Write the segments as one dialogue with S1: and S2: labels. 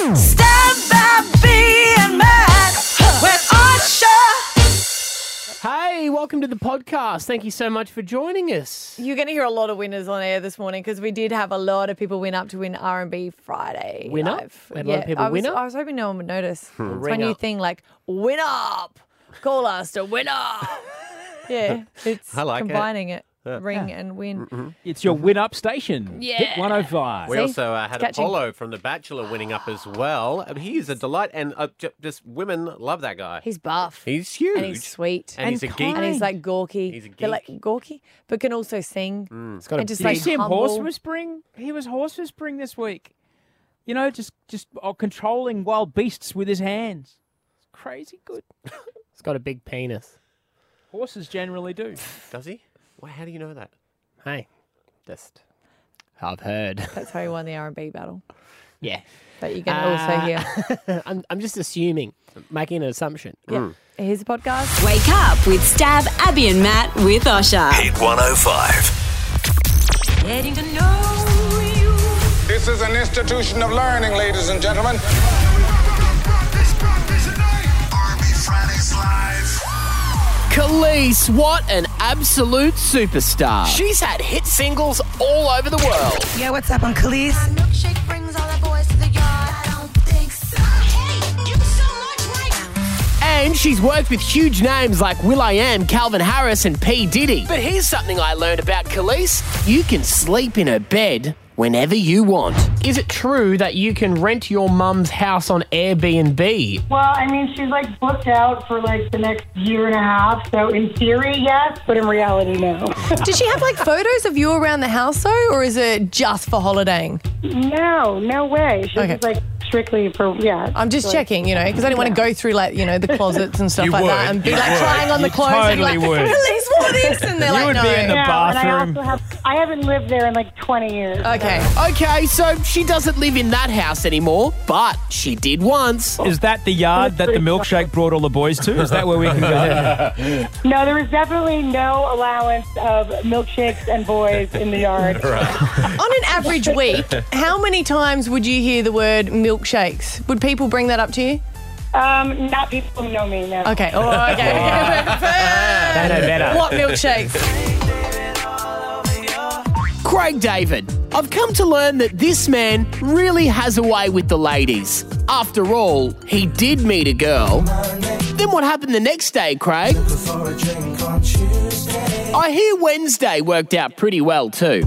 S1: Stand by being mad when Usher
S2: Hey, welcome to the podcast. Thank you so much for joining us.
S3: You're going to hear a lot of winners on air this morning because we did have a lot of people win up to win R&B Friday.
S2: Win up?
S3: live.
S2: We had a lot of people
S3: I was,
S2: win up?
S3: I was hoping no one would notice. It's my
S2: Ring
S3: new
S2: up.
S3: thing, like win up, call us to win up. yeah, it's
S4: I like it.
S3: combining it, ring and
S5: Mm.
S3: win.
S5: Mm-hmm. It's
S2: Mm-hmm.
S5: your win up station.
S3: Yeah.
S5: Hit 105.
S4: We
S3: See?
S4: also uh, had
S3: catching.
S4: Apollo from The Bachelor winning up as well. Um, he is a delight, and uh, ju- just women love that guy.
S3: He's buff.
S4: He's huge.
S3: and he's sweet
S4: And, he's a geek.
S3: And he's like gawky.
S4: He's a
S3: They're like
S4: geek.
S3: gawky, but can also sing.
S2: Mm. It's got a
S3: And just
S2: big-
S5: Did
S3: like
S5: you see him
S3: humble.
S5: horse whispering? He was horse whispering this week. You know, just just uh, controlling wild beasts with his hands. It's crazy good.
S2: it's got a big penis.
S5: Horses generally do.
S4: Does he? Why, how do you know that?
S2: Hey, just I've heard.
S3: That's how he won the R&B battle.
S2: yeah,
S3: But you can
S2: Ah.
S3: also hear.
S2: I'm I'm just assuming, making an assumption.
S3: Yeah.
S6: Hmm.
S3: Here's a podcast.
S7: Wake up with Stab, Abby, and Matt with Osha.
S8: Hit 105.
S7: Getting to know you.
S9: This is an institution of learning, ladies and gentlemen.
S8: Army Fridays Live.
S6: Khalees, what an absolute superstar. She's had hit singles all over the world.
S1: Yeah, what's up, I'm Khalees?
S10: Milkshake brings all the boys to the yard. I don't think so. Hey, you so much right.
S6: And she's worked with huge names like Will I Am, Calvin Harris, and P. Diddy. But here's something I learned about Khalees you can sleep in her bed whenever you want.
S2: Is it true that you can rent your mum's house on Airbnb?
S11: Well, I mean, she's like booked out for like the next year and a half. So in theory, yes, but in reality, no.
S3: Does she have like photos of you around the house though, or is it just for holidaying?
S11: no, no way. She's
S3: Okay.
S11: just like strictly for yeah.
S3: I'm just checking, you know, because I don't want to go through like you know the closets and stuff
S5: You
S3: like that
S5: would.
S3: and be
S5: You
S3: like
S5: would.
S3: trying on the
S5: You
S3: clothes
S5: totally
S3: and be like,
S5: would.
S3: release all this, and they're
S5: You
S3: like,
S5: would
S3: no.
S5: be in the
S11: no,
S5: bathroom.
S11: And I also have I haven't lived there in like 20 years.
S3: okay,
S6: Okay, so she doesn't live in that house anymore, but she did once.
S5: Is that the yard that the milkshake brought all the boys to? Is that where we can go?
S11: No, there was definitely no allowance of milkshakes and boys in the yard.
S3: on an average week, how many times would you hear the word milkshakes? Would people bring that up to you?
S11: Um, not people who know me. No.
S3: Okay, oh, okay, okay.
S5: know better.
S3: what milkshakes?
S6: Craig David. I've come to learn that this man really has a way with the ladies. After all, he did meet a girl. Then what happened the next day, Craig? I hear Wednesday worked out pretty well too.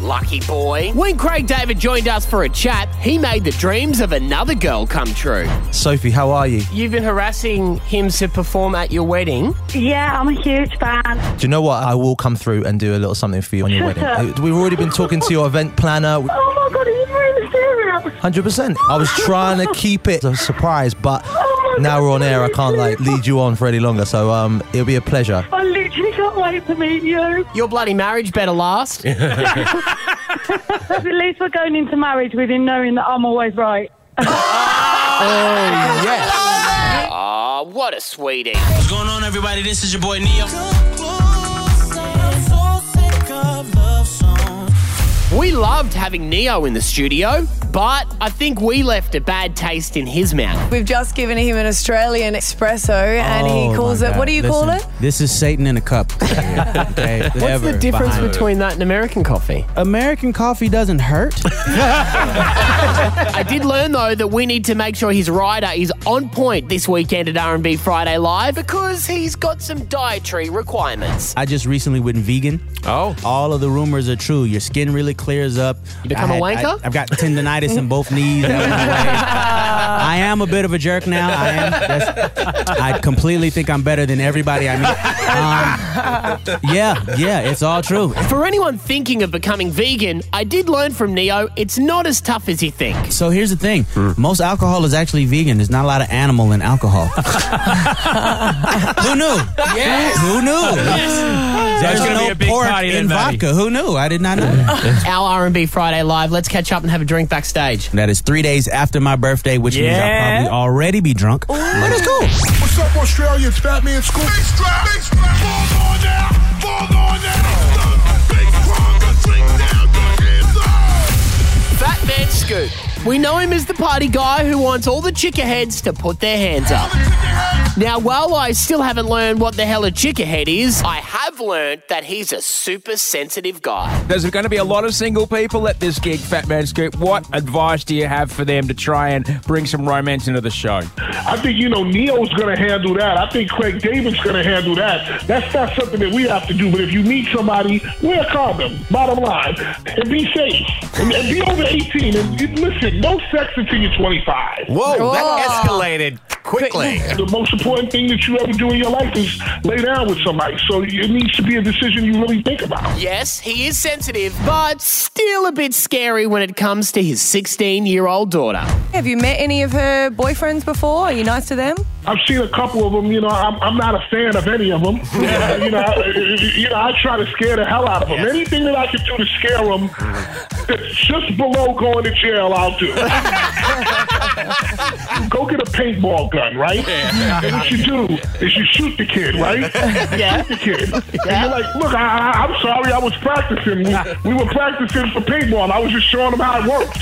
S6: Lucky boy. When Craig David joined us for a chat, he made the dreams of another girl come true.
S8: Sophie, how are you? Do
S2: You've been harassing him to perform at your wedding.
S11: Yeah, I'm a huge fan.
S8: you know what? I will come through and do a little something for you on your wedding. Uh, We've already been talking to your event planner.
S11: Oh my god, are you really serious?
S8: 100%. I was trying to keep it a surprise, but
S11: Oh my
S8: now
S11: God,
S8: we're on air. I
S11: really
S8: can't like
S11: serious?
S8: lead you on for any longer. So um, it'll be a pleasure.
S11: I literally can't wait to meet you.
S2: Your bloody marriage better last.
S11: At least we're going into marriage with him knowing that I'm always right.
S6: Aw, Ah, what a sweetie.
S8: What's going on, everybody? This is your boy Neo.
S6: We loved having Neo in the studio, but I think we left a bad taste in his mouth. Oh,
S3: We've just given him an Australian espresso, and
S8: Oh
S3: he calls it. What do you call it?
S8: This is Satan in a cup. okay,
S2: What's the difference between that and American coffee?
S8: American coffee doesn't hurt.
S6: I did learn though that we need to make sure his rider is on point this weekend at R&B Friday Live because he's got some dietary requirements.
S8: I just recently went vegan.
S4: Oh.
S8: All of the rumors are true. Your skin really clears up. You
S2: become a wanker?
S8: I, have got tendonitis in both knees. and everything. I am a bit of a jerk now. I am. That's, I completely think I'm better than everybody I meet. Um, yeah, yeah, it's all true.
S6: For anyone thinking of becoming vegan, I did learn from Neo it's not as tough as you think.
S8: So here's the thing: most alcohol is actually vegan. There's not a lot of animal in alcohol. Who knew? Yes. Who who knew?
S5: There's
S8: There's
S5: gonna be a
S8: no
S5: big
S8: pork
S5: party
S8: in
S5: then, Maddie.
S8: vodka. Who knew? I did not know. that.
S6: Our R&B Friday Live, let's catch up and have a drink backstage.
S8: That is three days after my birthday, which means
S5: Yeah.
S8: I'll probably already be drunk. But it's cool.
S9: What's up, Australia? It's Batman School.
S6: Fat Man
S12: Scoot. We know him as the party guy who wants all the chicka heads to put their hands up. Now, while I still haven't learned what the hell a chicka head is, I have learned that he's a super sensitive guy.
S13: There's going to be a lot of single people at this gig, Fat Man Scoop. What advice do you have for them to try and bring some romance into the show?
S2: I think you know Neo's going to handle that. I think Craig David's going to handle that. That's not something that we have to do. But if you meet somebody, wear a condom. Bottom line, and be safe, and, and be over eighteen. And you- listen, no sex until you're twenty-five.
S4: Whoa, that escalated quickly.
S2: The most important thing that you ever do in your life is lay down with somebody. So it needs to be a decision you really think about.
S12: Yes, he is sensitive, but still a bit scary when it comes to his 16 year old daughter.
S9: Have you met any of her boyfriends before? Are you nice to them?
S2: I've seen a couple of them. You know, I'm, I'm not a fan of any of them. you know, I, you know, I try to scare the hell out of them. Anything that I can do to scare them, that's just below going to jail, I'll do. Go get a paintball gun, right? And what you do is you shoot the kid, right?
S10: Yeah.
S2: Shoot the kid. And you're like, look, I, I, I'm sorry, I was practicing. We, we were practicing for paintball. and I was just showing them how it worked.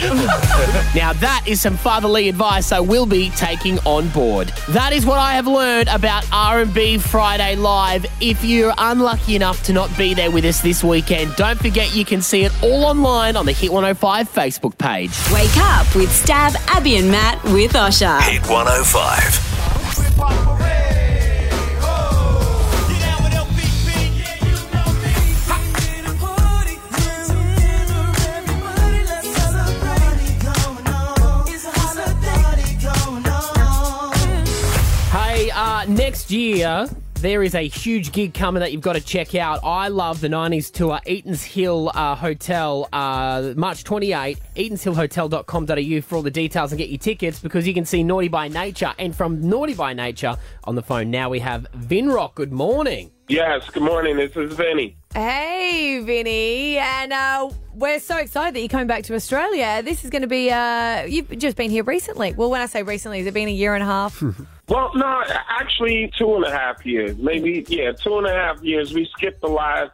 S12: Now, that is some fatherly advice I will be taking on board. That is what I have learned about R&B Friday Live. If you're unlucky enough to not be there with us this weekend, don't forget you can see it all online on the Hit 105 Facebook page.
S7: Wake up with Stab, Abby, and Matt with Osha.
S14: Hit 105.
S6: Hey, uh, next year there is a huge gig coming that you've got to check out. I love the '90s tour, Eaton's Hill uh, Hotel, uh, March 28. EatonsHillHotel.com.au for all the details and get your tickets because you can see Naughty by Nature. And from Naughty by Nature on the phone now we have Vinrock. Good morning.
S15: Yes, good morning. This is Vinny.
S3: Hey, Vinny, and uh, we're so excited that you're coming back to Australia. This is going to be, uh, you've just been here recently. Well, when I say recently, has it been a year and a half?
S15: Well, no, actually, two and a half years. Maybe, yeah, two and a half years. We skipped the last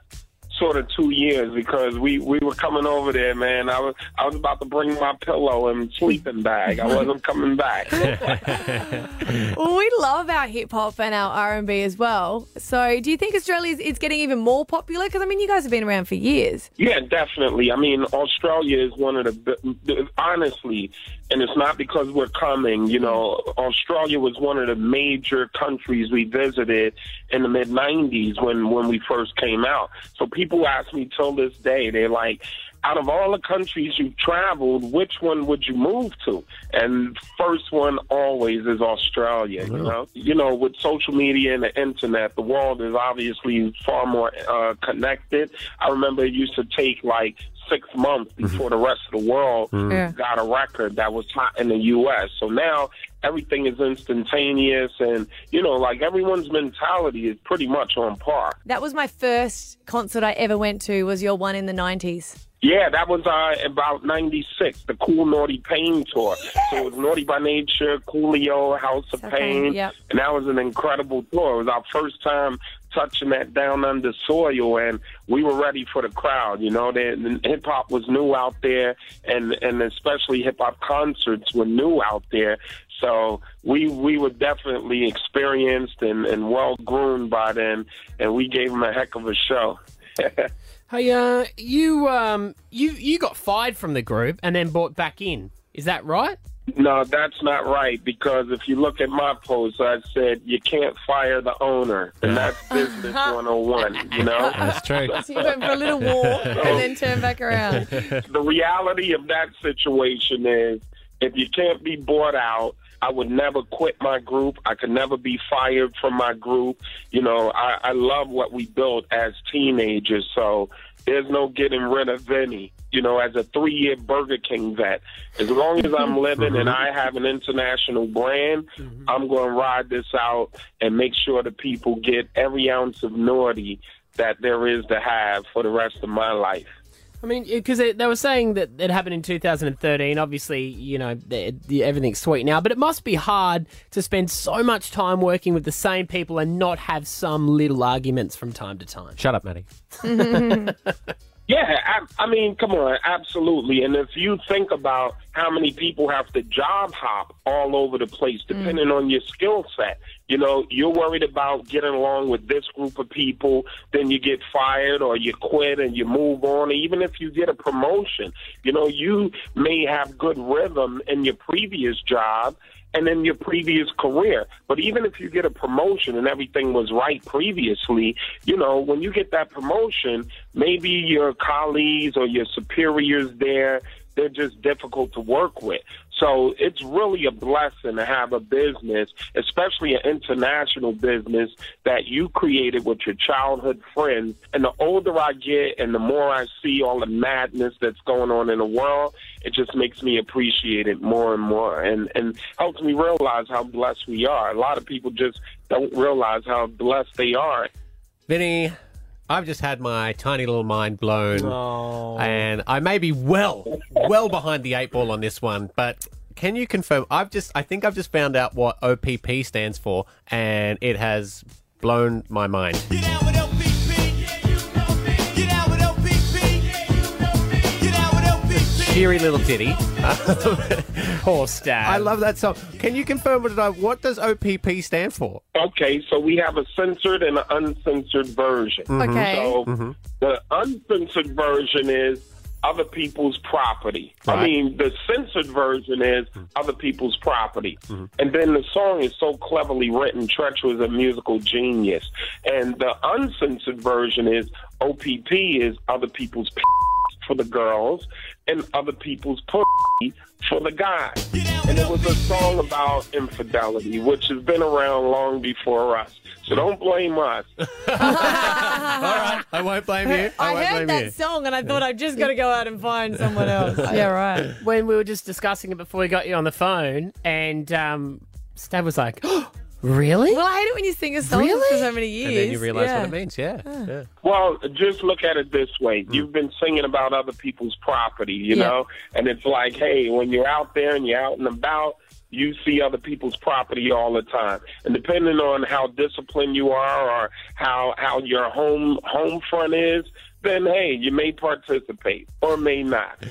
S15: sort of two years because we, we were coming over there, man. I was I was about to bring my pillow and sleeping bag. I wasn't coming back.
S3: well, we love our hip hop and our R&B as well. So do you think Australia is it's getting even more popular? Because, I mean, you guys have been around for years.
S15: Yeah, definitely. I mean, Australia is one of the b- honestly, and it's not because we're coming. You know, Australia was one of the major countries we visited in the mid '90s when when we first came out. So people ask me till this day, they're like. Out of all the countries you've traveled, which one would you move to? And first one always is Australia. You know, you know, with social media and the internet, the world is obviously far more uh, connected. I remember it used to take like six months before the rest of the world
S10: Mhm. Yeah.
S15: got a record that was hot in the U.S. So now everything is instantaneous, and you know, like everyone's mentality is pretty much on par.
S3: That was my first concert I ever went to was your one in the 90s.
S15: Yeah, that was uh, about 96, the Cool Naughty Pain tour. So it was Naughty by Nature, Coolio, House of
S3: House of Pain,
S15: Pain.
S3: yep.
S15: And that was an incredible tour. It was our first time touching that down under soil, and we were ready for the crowd. You know, hip hop was new out there, and, and especially hip hop concerts were new out there. So we we were definitely experienced and, and well groomed by then, and we gave them a heck of a show.
S6: Hey, uh, you um, you you got fired from the group and then brought back in. Is that right?
S15: No, that's not right because if you look at my post, I said you can't fire the owner, and that's business 101, you know?
S10: That's
S15: true.
S3: So you went for a little walk and then turned back around.
S15: the reality of that situation is if you can't be bought out, I would never quit my group. I could never be fired from my group. You know, I, I love what we built as teenagers, so there's no getting rid of any. You know, as a three year Burger King vet, as long as I'm living and I have an international brand, I'm going to ride this out and make sure the people get every ounce of naughty that there is to have for the rest of my life.
S6: I mean, because they, they were saying that it happened in 2013. Obviously, you know, the, the, everything's sweet now, but it must be hard to spend so much time working with the same people and not have some little arguments from time to time.
S4: Shut up, Maddie.
S15: Yeah, I, I mean, come on, absolutely. And if you think about how many people have to job hop all over the place, depending on your skill set, you know, you're worried about getting along with this group of people, then you get fired or you quit and you move on. Even if you get a promotion, you know, you may have good rhythm in your previous job and in your previous career. But even if you get a promotion and everything was right previously, you know, when you get that promotion, maybe your colleagues or your superiors there, they're just difficult to work with. So it's really a blessing to have a business, especially an international business that you created with your childhood friends. And the older I get and the more I see all the madness that's going on in the world, it just makes me appreciate it more and more and, and helps me realize how blessed we are. A lot of people just don't realize how blessed they are.
S4: Vinny, I've just had my tiny little mind blown. And I may be well, well behind the eight ball on this one, but can you confirm? I've just, I think I've just found out what OPP stands for, and it has blown my mind. Cheery little ditty.
S6: Poor Stan.
S4: I love that song. Can you confirm what, did I, what does OPP stand for?
S15: Okay, so we have a censored and an uncensored version.
S4: Mhm. Okay.
S15: So
S4: Mhm.
S15: the uncensored version is other people's property. I
S4: Right.
S15: mean, the censored version is other people's property. And then the song is so cleverly written, Tretch was a musical genius. And the uncensored version is OPP is other people's p- for the girls and other people's pussy for the guys. And it was a song about infidelity, which has been around long before us. So don't blame us.
S4: I won't blame
S15: you. I
S3: I,
S15: won't
S3: heard
S15: blame
S3: that
S15: you.
S3: song and I thought I've just got to go out and find someone else. yeah, right.
S12: When we were just discussing it before we got you on the phone, and um, Stab was like,
S6: "Oh,
S12: Really?
S3: Well, I hate it when you sing a song for so many years. yeah.
S4: means, yeah.
S15: Well, just look at it this way. You've been singing about other people's property, you
S3: Yeah.
S15: know? And it's like, hey, when you're out there and you're out and about, you see other people's property all the time. And depending on how disciplined you are or how how your home home front is, then hey, you may participate or may not.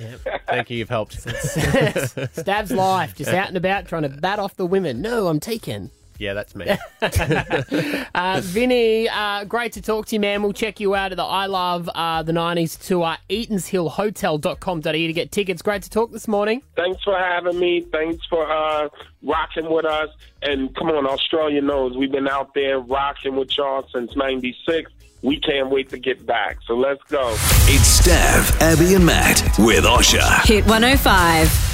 S4: Thank you, you've helped.
S12: Stab's life, just out and about trying to bat off the women. No, I'm taken.
S4: yeah, that's me.
S12: Uh, Vinny, uh, great to talk to you, man. We'll check you out at the I Love uh, the 90s tour, eatonshillhotel.com.au E to get tickets. Great to talk this morning.
S15: Thanks for having me. Thanks for uh, rocking with us. And come on, Australia knows we've been out there rocking with y'all since '96. We can't wait to get back. So let's go.
S14: It's Stav, Abby, and Matt with Osha.
S7: Hit 105.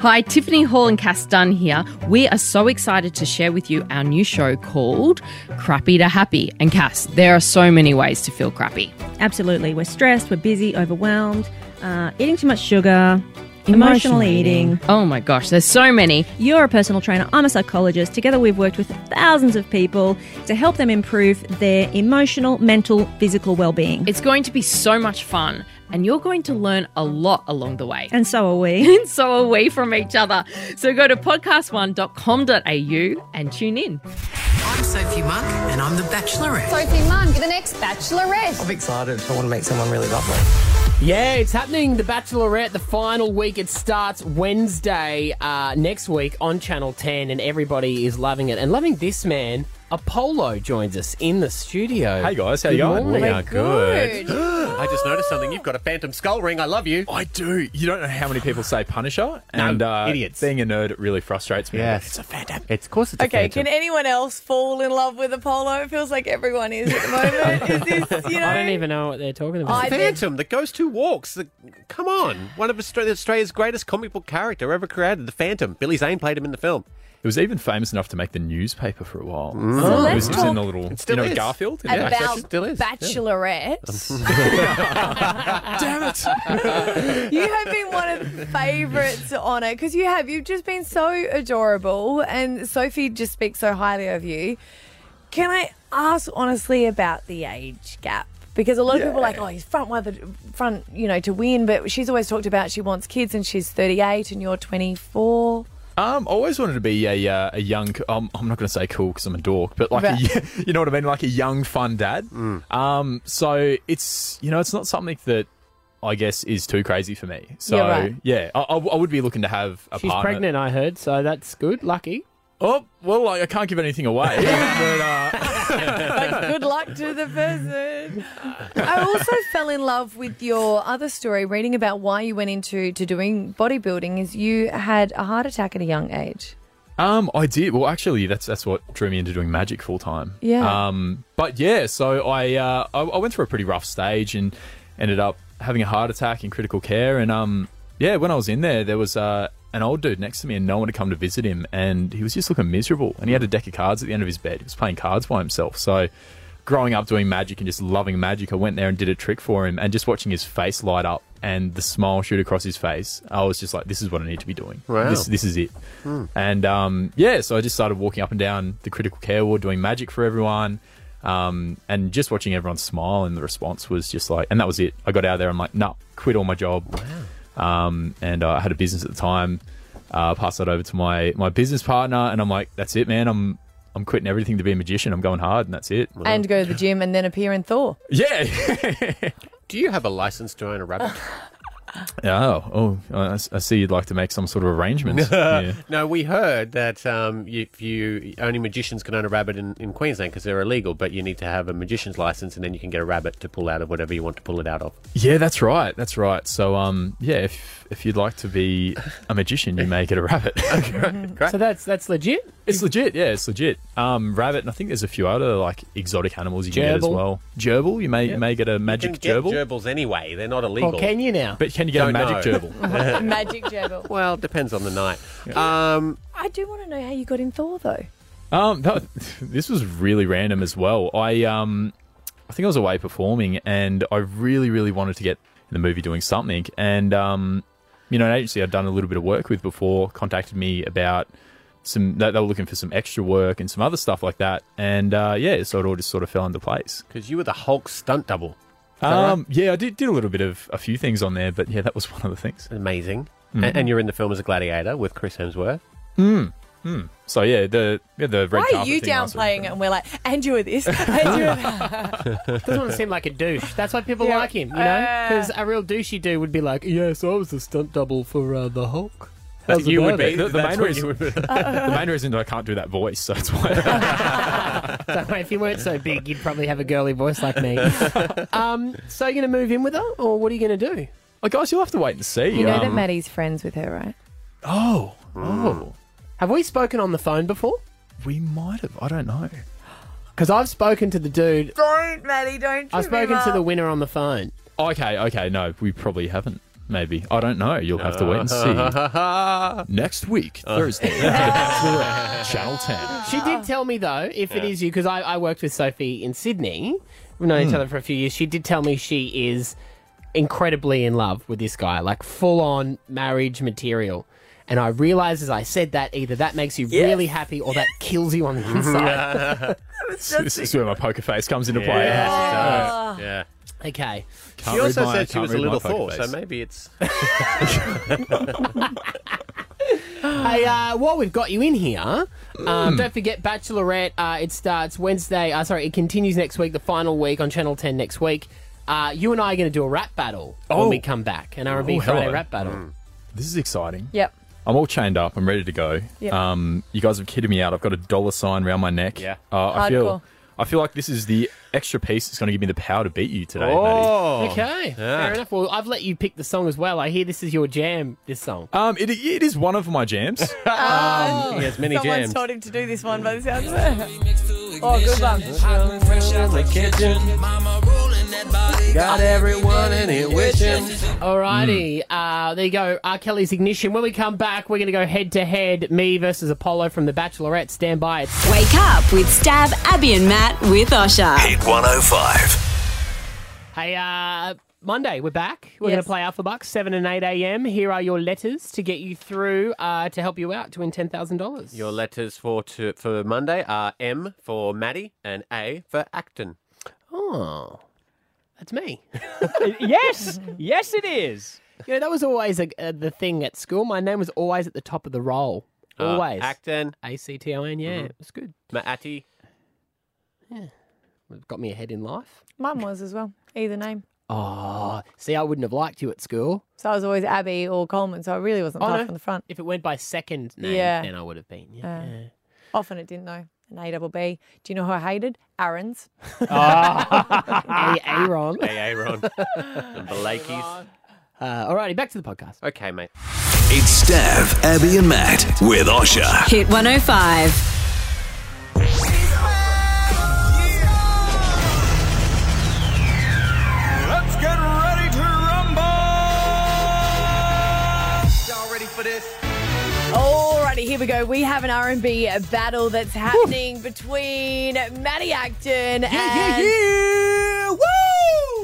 S16: Hi, Tiffany Hall and Cass Dunn here. We are so excited to share with you our new show called Crappy to Happy. And Cass, there are so many ways to feel crappy.
S17: Absolutely. We're stressed, we're busy, overwhelmed, uh, eating too much sugar, emotional, eating.
S16: Oh my gosh, there's so many.
S17: You're a personal trainer, I'm a psychologist. Together, we've worked with thousands of people to help them improve their emotional, mental, physical well being.
S16: It's going to be so much fun, and you're going to learn a lot along the way.
S17: And so are we.
S16: And so are we from each other. So go to podcast1.com.au and tune in.
S18: I'm Sophie Monk and I'm the Bachelorette.
S19: Sophie Munn, you're the next Bachelorette.
S18: I'm excited. I want to meet someone really lovely.
S12: Yeah, it's happening. The Bachelorette, the final week. It starts Wednesday uh, next week on Channel 10, and everybody is loving it. And loving this man, Apollo joins us in the studio.
S4: Hey, guys. How
S12: Good
S4: you going?
S12: morning.
S4: We are good. I just noticed something. You've got a phantom skull ring. I love you.
S20: I do. You don't know how many people say Punisher,
S4: No,
S20: and uh,
S4: idiots.
S20: Being a nerd, it really frustrates me.
S4: Yes.
S20: It's a phantom.
S4: It's of course. It's
S3: Okay, can anyone else fall in love with Apollo? It feels like everyone is at the moment. Is this, you know?
S12: I don't even know what they're talking about.
S4: It's a Phantom that goes two walks. The- Come on. One of Australia- Australia's greatest comic book character ever created, the Phantom. Billy Zane played him in the film.
S20: It was even famous enough to make the newspaper for a while.
S4: So
S20: it
S4: Mm. let's
S20: was just in the
S4: talk-
S20: little,
S4: It still
S20: you know,
S4: is.
S20: Garfield. in the
S3: About
S20: section.
S3: Bachelorette.
S20: Damn it.
S3: you have been one of the favourites on it because you have. You've just been so adorable, and Sophie just speaks so highly of you. Can I ask honestly about the age gap? Because a lot of people are like, oh, he's front wife, front, you know, to win. But she's always talked about she wants kids, and she's 38, and you're 24.
S20: Um, I always wanted to be a uh, a young. Um, I'm not going to say cool because I'm a dork, but like, a,
S21: Right.
S20: you know what I mean, like a young, fun dad. Um, so it's you know, it's not something that I guess is too crazy for me. So
S6: Yeah,
S20: yeah,
S6: right.
S20: I, I, I would be looking to have a
S6: She's
S20: partner.
S6: pregnant, I heard, so that's good. Lucky.
S20: Oh well, like, I can't give anything away. but, uh,
S3: Good luck to the person. I also fell in love with your other story, reading about why you went into to doing bodybuilding. Is you had a heart attack at a young age?
S20: Um, I did. Well, actually, that's that's what drew me into doing magic full time.
S3: Yeah.
S20: Um, but yeah, so I, uh, I I went through a pretty rough stage and ended up having a heart attack in critical care. And um, yeah, when I was in there, there was uh, an old dude next to me, and no one had come to visit him, and he was just looking miserable. And he had a deck of cards at the end of his bed. He was playing cards by himself. So. Growing up doing magic and just loving magic, I went there and did a trick for him, and just watching his face light up and the smile shoot across his face, I was just like, "This is what I need to be doing.
S22: Wow.
S20: This, this is it."
S22: Hmm.
S20: And um, yeah, so I just started walking up and down the critical care ward doing magic for everyone. Um, and just watching everyone smile and the response was just like, and that was it. I got out of there. I'm like, nah, quit all my job. Um, and uh, I had a business at the time. Uh, passed that over to my, my business partner. And I'm like, that's it, man. I'm, I'm quitting everything to be a magician. I'm going hard and that's it.
S3: And go to the gym and then appear in Thor.
S20: yeah.
S4: Do you have a license to own a rabbit?
S20: oh, oh, I, I see you'd like to make some sort of arrangement. yeah.
S4: No, we heard that um, if you only magicians can own a rabbit in, in Queensland because they're illegal, but you need to have a magician's license and then you can get a rabbit to pull out of whatever you want to pull it out of.
S20: Yeah, that's right. That's right. So, um, yeah, if if you'd like to be a magician, you may get a rabbit.
S6: So that's that's legit.
S20: it's legit. Yeah, it's legit. Um, rabbit, and I think there's a few other like exotic animals you can get as
S4: Gerbil.
S20: well. Gerbil, you may you may get a magic
S4: you can
S20: gerbil.
S4: Get gerbils anyway; they're not illegal.
S20: Well, can
S6: you now?
S20: But can you get a magic gerbil?
S3: Magic gerbil.
S4: well, depends on the night. Um,
S3: I do want to know how you got in Thor though.
S20: Um, that, this was really random as well. I um, I think I was away performing, and I really, really wanted to get in the movie doing something. And um, you know, an agency I'd done a little bit of work with before contacted me about some. They, they were looking for some extra work and some other stuff like that. And uh, yeah, so it all just sort of fell into place.
S4: Because you were the Hulk stunt double. Is that
S20: Um, yeah, I did, did a little bit of a few things on there, but yeah, that was one of the things.
S4: Amazing.
S20: Mm.
S4: And, and you're in the film as a gladiator with Chris Hemsworth.
S20: Mm, mm. So yeah, the yeah, the red
S3: Why are
S20: carpet
S3: you
S20: thing last week.
S3: downplaying it? And we're like, and you were this, and you were that.
S6: Doesn't want to seem like a douche. That's why people
S3: Yeah.
S6: like him, you know?
S3: Yeah.
S6: Because a real douchey dude would be like, yeah, so I was the stunt double for uh, the Hulk. How's
S20: you
S6: about
S20: would be.
S6: it?"
S20: The, the main reason, the main reason I can't do that voice, so it's why.
S6: So if you weren't so big, you'd probably have a girly voice like me. um, so you're going to move in with her, or what are you going to do?
S20: Oh, guys, you'll have to wait and see.
S3: You know that Maddie's friends with her, right?
S20: Oh,
S6: oh. Have we spoken on the phone before?
S20: We might have. I don't know.
S6: Because I've spoken to the dude.
S3: Don't, Maddie, don't.
S6: I've spoken to the winner on the phone.
S20: Okay, okay, no, we probably haven't. Maybe I don't know. You'll have to wait and see. Next week,
S6: Uh.
S20: Thursday, Channel Ten.
S6: She did tell me though, if it
S20: Yeah.
S6: is you, because I, I worked with Sophie in Sydney. We've known each
S20: Hmm.
S6: other for a few years. She did tell me she is incredibly in love with this guy, like full on marriage material. And I realised as I said that, either that makes you really happy or that kills you on the inside.
S20: This is where my poker face comes into play.
S6: Yes, it
S20: Yeah.
S6: does. okay.
S20: Can't
S4: she
S20: read
S4: also
S20: my-
S4: said she
S20: can't
S4: was a
S20: read my
S4: little
S20: poker
S4: Thor, so
S20: face.
S4: maybe it's.
S6: Hey, uh, while we've got you in here, um,
S4: Hmm.
S12: Mm.
S6: don't forget Bachelorette. Uh, it starts Wednesday. Uh, sorry, it continues next week, the final week on Channel 10 next week. Uh, you and I are going to do a rap battle
S20: Oh.
S6: when we come back, an R&B
S20: Oh,
S6: Friday
S20: hello.
S6: rap battle.
S20: This is exciting.
S3: Yep.
S20: I'm all chained up. I'm ready to go.
S6: Yep.
S20: Um, you guys have kidded me out. I've got a dollar sign around my neck. Yeah. Uh, I
S6: Hardcore.
S20: feel. I feel like this is the extra piece that's going to give me the power to beat you today. Maddie.
S6: okay. Fair enough. Well, I've let you pick the song as well. I hear this is your jam. This song.
S20: Um, it, it is one of my jams.
S3: Oh,
S20: he has Um, many
S3: Someone's
S20: jams.
S3: told him to do this one by the sounds of it. Oh, good one.
S10: Fresh out the kitchen. Mama rolling that body. Got everyone in it wishing.
S6: Alrighty, uh, there you go. R. Kelly's ignition. When we come back, we're going to go head to head. Me versus Apollo from The Bachelorette. Stand by. It's
S7: Wake up with Stab, Abby and Matt with Osha.
S14: Hit 105.
S6: Hey, uh, Monday, we're back. We're going to play Alpha Bucks, 7 and 8 a.m. Here are your letters to get you through uh, to help you out to win $10,000.
S4: Your letters for to, for Monday are M for Maddie and A for Acton.
S6: Oh, that's me.
S5: yes, yes, it is.
S6: You know, that was always a, uh, the thing at school. My name was always at the top of the roll. Always.
S4: Acton.
S6: A-C-T-O-N, yeah.
S4: Mhm.
S6: It's good.
S4: Maati.
S6: Yeah. It Got me ahead in life.
S3: Mine was as well. Either name.
S6: Oh, see, I wouldn't have liked you at school.
S3: So I was always Abby or Coleman. So I really wasn't
S6: Oh,
S3: tough
S6: no.
S3: on the front.
S6: If it went by second name,
S3: Yeah.
S6: then I would have been. Yeah.
S3: Uh, Often it didn't though. An A double B. Do you know who I hated? Aaron's.
S6: Ah. Aaron.
S4: Ah. Aaron. and Blakey's.
S6: Uh, alrighty, back to the podcast.
S4: Okay, mate.
S14: It's Stav, Abby, and Matt with Osha.
S7: Hit 105.
S10: Let's get ready to rumble! Y'all ready for this?
S3: Alrighty, here we go. We have an R&B battle that's happening between Matty Acton
S10: yeah,
S3: and
S10: yeah! Woo!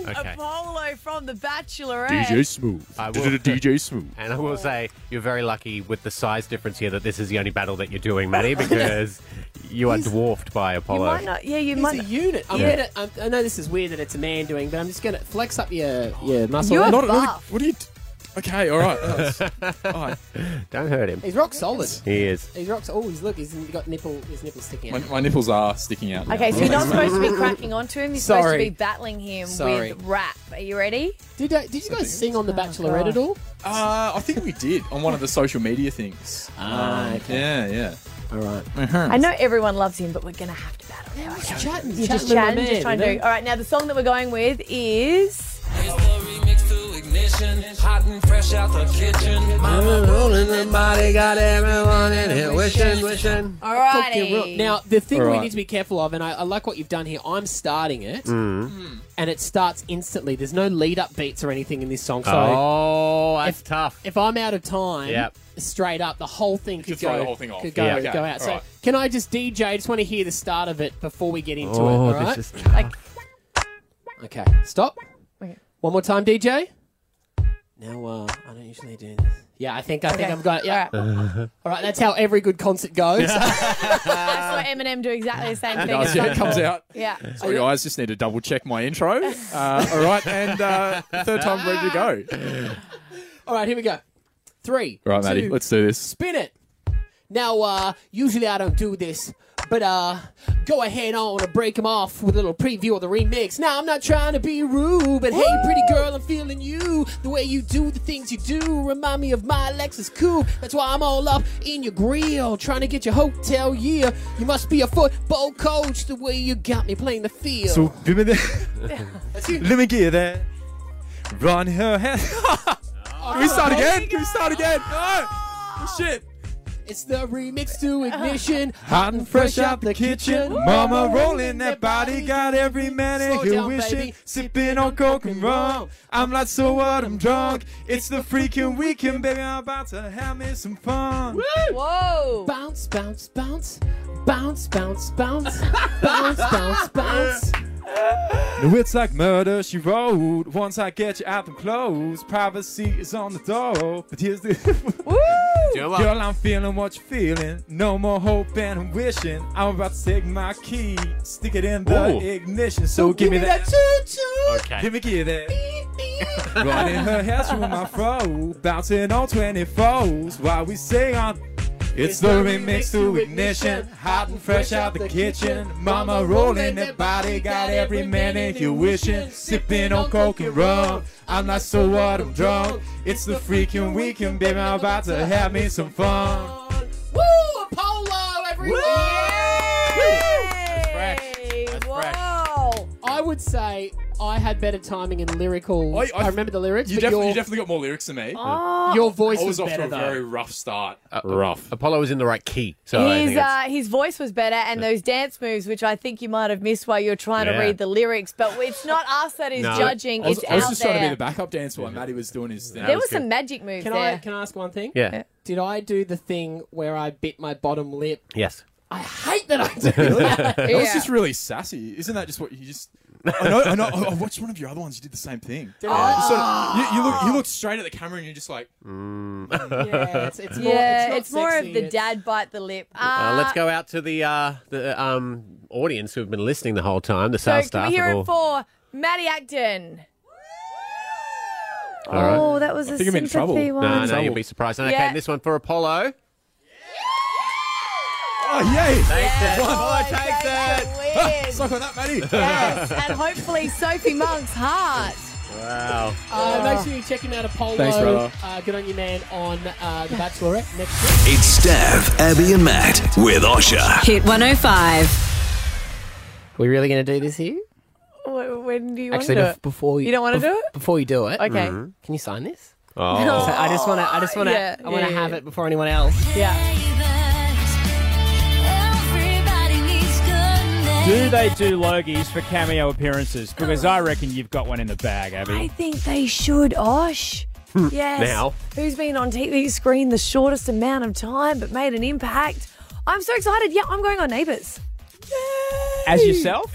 S4: Okay.
S3: Apollo from The Bachelorette.
S4: Smooth. I will. DJ Smooth. And I will say, you're very lucky with the size difference here that this is the only battle that you're doing, Matty, because you are dwarfed by Apollo.
S6: might not-
S3: Yeah, you
S6: He's
S3: might.
S6: a unit. I'm
S4: Yeah.
S6: gonna, I'm, I know this is weird that it's a man doing, but I'm just gonna flex up your your muscle.
S10: You're
S6: there.
S10: buff.
S6: what are you?
S4: Okay, all right. Don't hurt him.
S6: He's rock solid.
S4: He is.
S6: He's rock. Oh, he's look. He's got nipple. His nipples sticking
S20: My,
S6: out.
S20: my nipples are sticking out. now.
S3: Okay, so you're not supposed to be cracking onto him. You're supposed
S20: Sorry.
S3: to be battling him
S20: Sorry.
S3: with rap. Are you ready?
S6: Did I, did you guys sing on The Bachelorette at all?
S20: Uh, I think we did on one of the social media things.
S6: Ah,
S20: Um,
S6: okay.
S20: Yeah, yeah. Uh-huh.
S6: All right.
S3: I know everyone loves him, but we're gonna have to battle. Yeah,
S6: just chatting.
S3: You're
S6: chatting
S3: just
S6: with my
S3: chatting, just
S6: man,
S3: trying to.
S6: you
S3: do.
S6: know?
S3: All right, now the song that we're going with is.
S10: Hot and fresh out the kitchen. Mama rolling the body, got everyone in here wishing, wishing.
S6: Fucking real. Now the thing we
S10: Alright.
S6: need to be careful of, and I, I like what you've done here. I'm starting it,
S10: Mm.
S6: and it starts instantly. There's no lead up beats or anything in this song. So
S4: oh, that's tough.
S6: If I'm out of time,
S4: Yep.
S6: straight up, the whole thing could
S20: just throw
S6: go,
S20: the whole thing off.
S6: could go,
S20: Yeah. Okay.
S6: go out. So
S20: Alright.
S6: can I just DJ? I just want to hear the start of it before we get into
S4: Oh,
S6: it. All
S4: this
S6: right?
S4: is
S6: Like- okay, stop. One more time, DJ. Now, uh, I don't usually do this. Yeah, I think I think
S3: Okay.
S6: I've got it. Yeah.
S3: All
S6: All right, that's how every good concert goes.
S3: I saw Eminem do exactly the same thing.
S20: Does,
S3: at
S20: yeah, it
S3: some
S20: comes
S3: point.
S20: out.
S3: Yeah.
S20: Sorry, guys, just need to double check my intro. Uh, all right, and uh, third time ready to go.
S6: All right, here we go. Three.
S20: All right, Maddie,
S6: two,
S20: let's do this.
S6: Spin it. Now, uh, usually I don't do this, but uh, go ahead on and break them off with a little preview of the remix. Now, I'm not trying to be rude, but hey, pretty girl, I'm feeling you. The way you do the things you do remind me of my Lexus coupe. That's why I'm all up in your grill, trying to get your hotel year. You must be a football coach, the way you got me playing the field.
S21: So give me the. Let me get that. Run her hand.
S6: Can
S21: we start again?
S6: Can we start again? No! Shit. It's the remix to Ignition.
S21: Hot and fresh out the kitchen. Mama rolling that body. Got every man in
S6: Slow
S21: here
S6: down,
S21: wishing.
S6: baby.
S21: Sipping on coke and rum. I'm not so what I'm drunk. It's the freaking weekend, baby. I'm about to have me some fun.
S6: Whoa! Bounce, bounce, bounce. Bounce, bounce, bounce. bounce, bounce, bounce.
S21: No, it's like murder, she wrote. Once I get you out them clothes, privacy is on the door. But here's the. Girl, I'm feeling what you're feeling. No more hope and wishing. I'm about to take my key, stick it in the
S10: Ooh.
S21: ignition. So give, me that.
S10: Okay.
S21: Give me give that. Running her hair through my fro, bouncing on 24s while we sing on. It's the remix to ignition, hot and fresh out the kitchen. Mama rolling that body, got every man in here wishing. Sipping on coke and rum, I'm not so what I'm drunk. It's the freaking weekend, baby, I'm about to have me some
S20: Oh,
S21: fun.
S6: Woo! Apollo, everyone!
S3: Wow.
S6: I would say I had better timing and lyrical. I,
S20: I-
S6: remember the lyrics.
S20: You,
S6: but
S20: def- you
S6: your-
S20: definitely got more lyrics than me.
S3: Oh.
S6: Your voice
S20: I was
S6: was
S20: off
S6: better,
S20: to a
S6: though.
S20: very rough start.
S4: Uh, Rough. Apollo was in the right key. So I think
S3: His,
S4: it's-
S3: uh, his voice was better, and those dance moves, which I think you might have missed while you're trying
S20: Yeah.
S3: to read the lyrics, but it's not us that is judging.
S20: I was,
S3: it's
S20: I was
S3: out
S20: just
S3: there.
S20: trying to be the backup dancer while Maddie was doing his thing.
S3: there was some magic moves
S6: Can
S3: there.
S6: I can I ask one thing?
S20: Yeah.
S6: Did I do the thing where I bit my bottom lip?
S4: Yes.
S6: Hate that I did.
S20: Really? That was
S6: Yeah.
S20: just really sassy. Isn't that just what you just? I know. I know. I I watched oh, one of your other ones. You did the same thing.
S6: Did
S20: You
S6: I?
S20: sort of- you, you look. You look straight at the camera and you're just like.
S4: Mm. Yeah, it's- it's
S3: yeah,
S6: not
S3: it's, more
S6: sexy,
S3: of the
S6: it's-
S3: dad bite the lip.
S4: Uh,
S3: Uh,
S4: let's go out to the uh, the um, audience who have been listening the whole time. The
S3: So
S4: sales
S3: can
S4: staff.
S3: we hear
S4: have
S3: it for Maddie Acton?
S4: All right.
S3: Oh, that was a sympathy one.
S4: No, no, you'll be surprised. Okay,
S3: Yeah.
S4: and this one for Apollo.
S21: Oh, yay!
S4: Takes it.
S3: Oh,
S21: One.
S4: Boy takes it.
S21: Ah, suck on that, Matty.
S3: Yes, and hopefully Sophie Monk's heart.
S4: Wow.
S6: Uh, make sure you check him out at Polo.
S14: Thanks, brother.
S6: Uh, good on you, man, on uh, The Bachelorette next week.
S14: It's Stav, Abby, and Matt with Osha.
S7: Hit 105.
S6: We really going to do this here?
S3: Wh- When do you want to
S6: Actually,
S3: do
S6: bef-
S3: it?
S6: before you,
S3: You don't want to
S6: bef-
S3: do it?
S6: Before you do it,
S3: Okay. Mhm.
S6: Can you sign this?
S4: Mm-hmm. Oh.
S6: So I just want to. I just want to.
S3: Yeah,
S6: I want to
S3: yeah,
S6: have
S3: yeah.
S6: it before anyone else.
S3: Yeah.
S5: Do they do Logies for cameo appearances? Because I reckon you've got one in the bag,
S3: I
S5: Abby.
S3: think they should, Osh. Yes.
S5: Now.
S3: Who's been on TV screen the shortest amount of time but made an impact? I'm so excited. Yeah, I'm going on Neighbours.
S5: As yourself?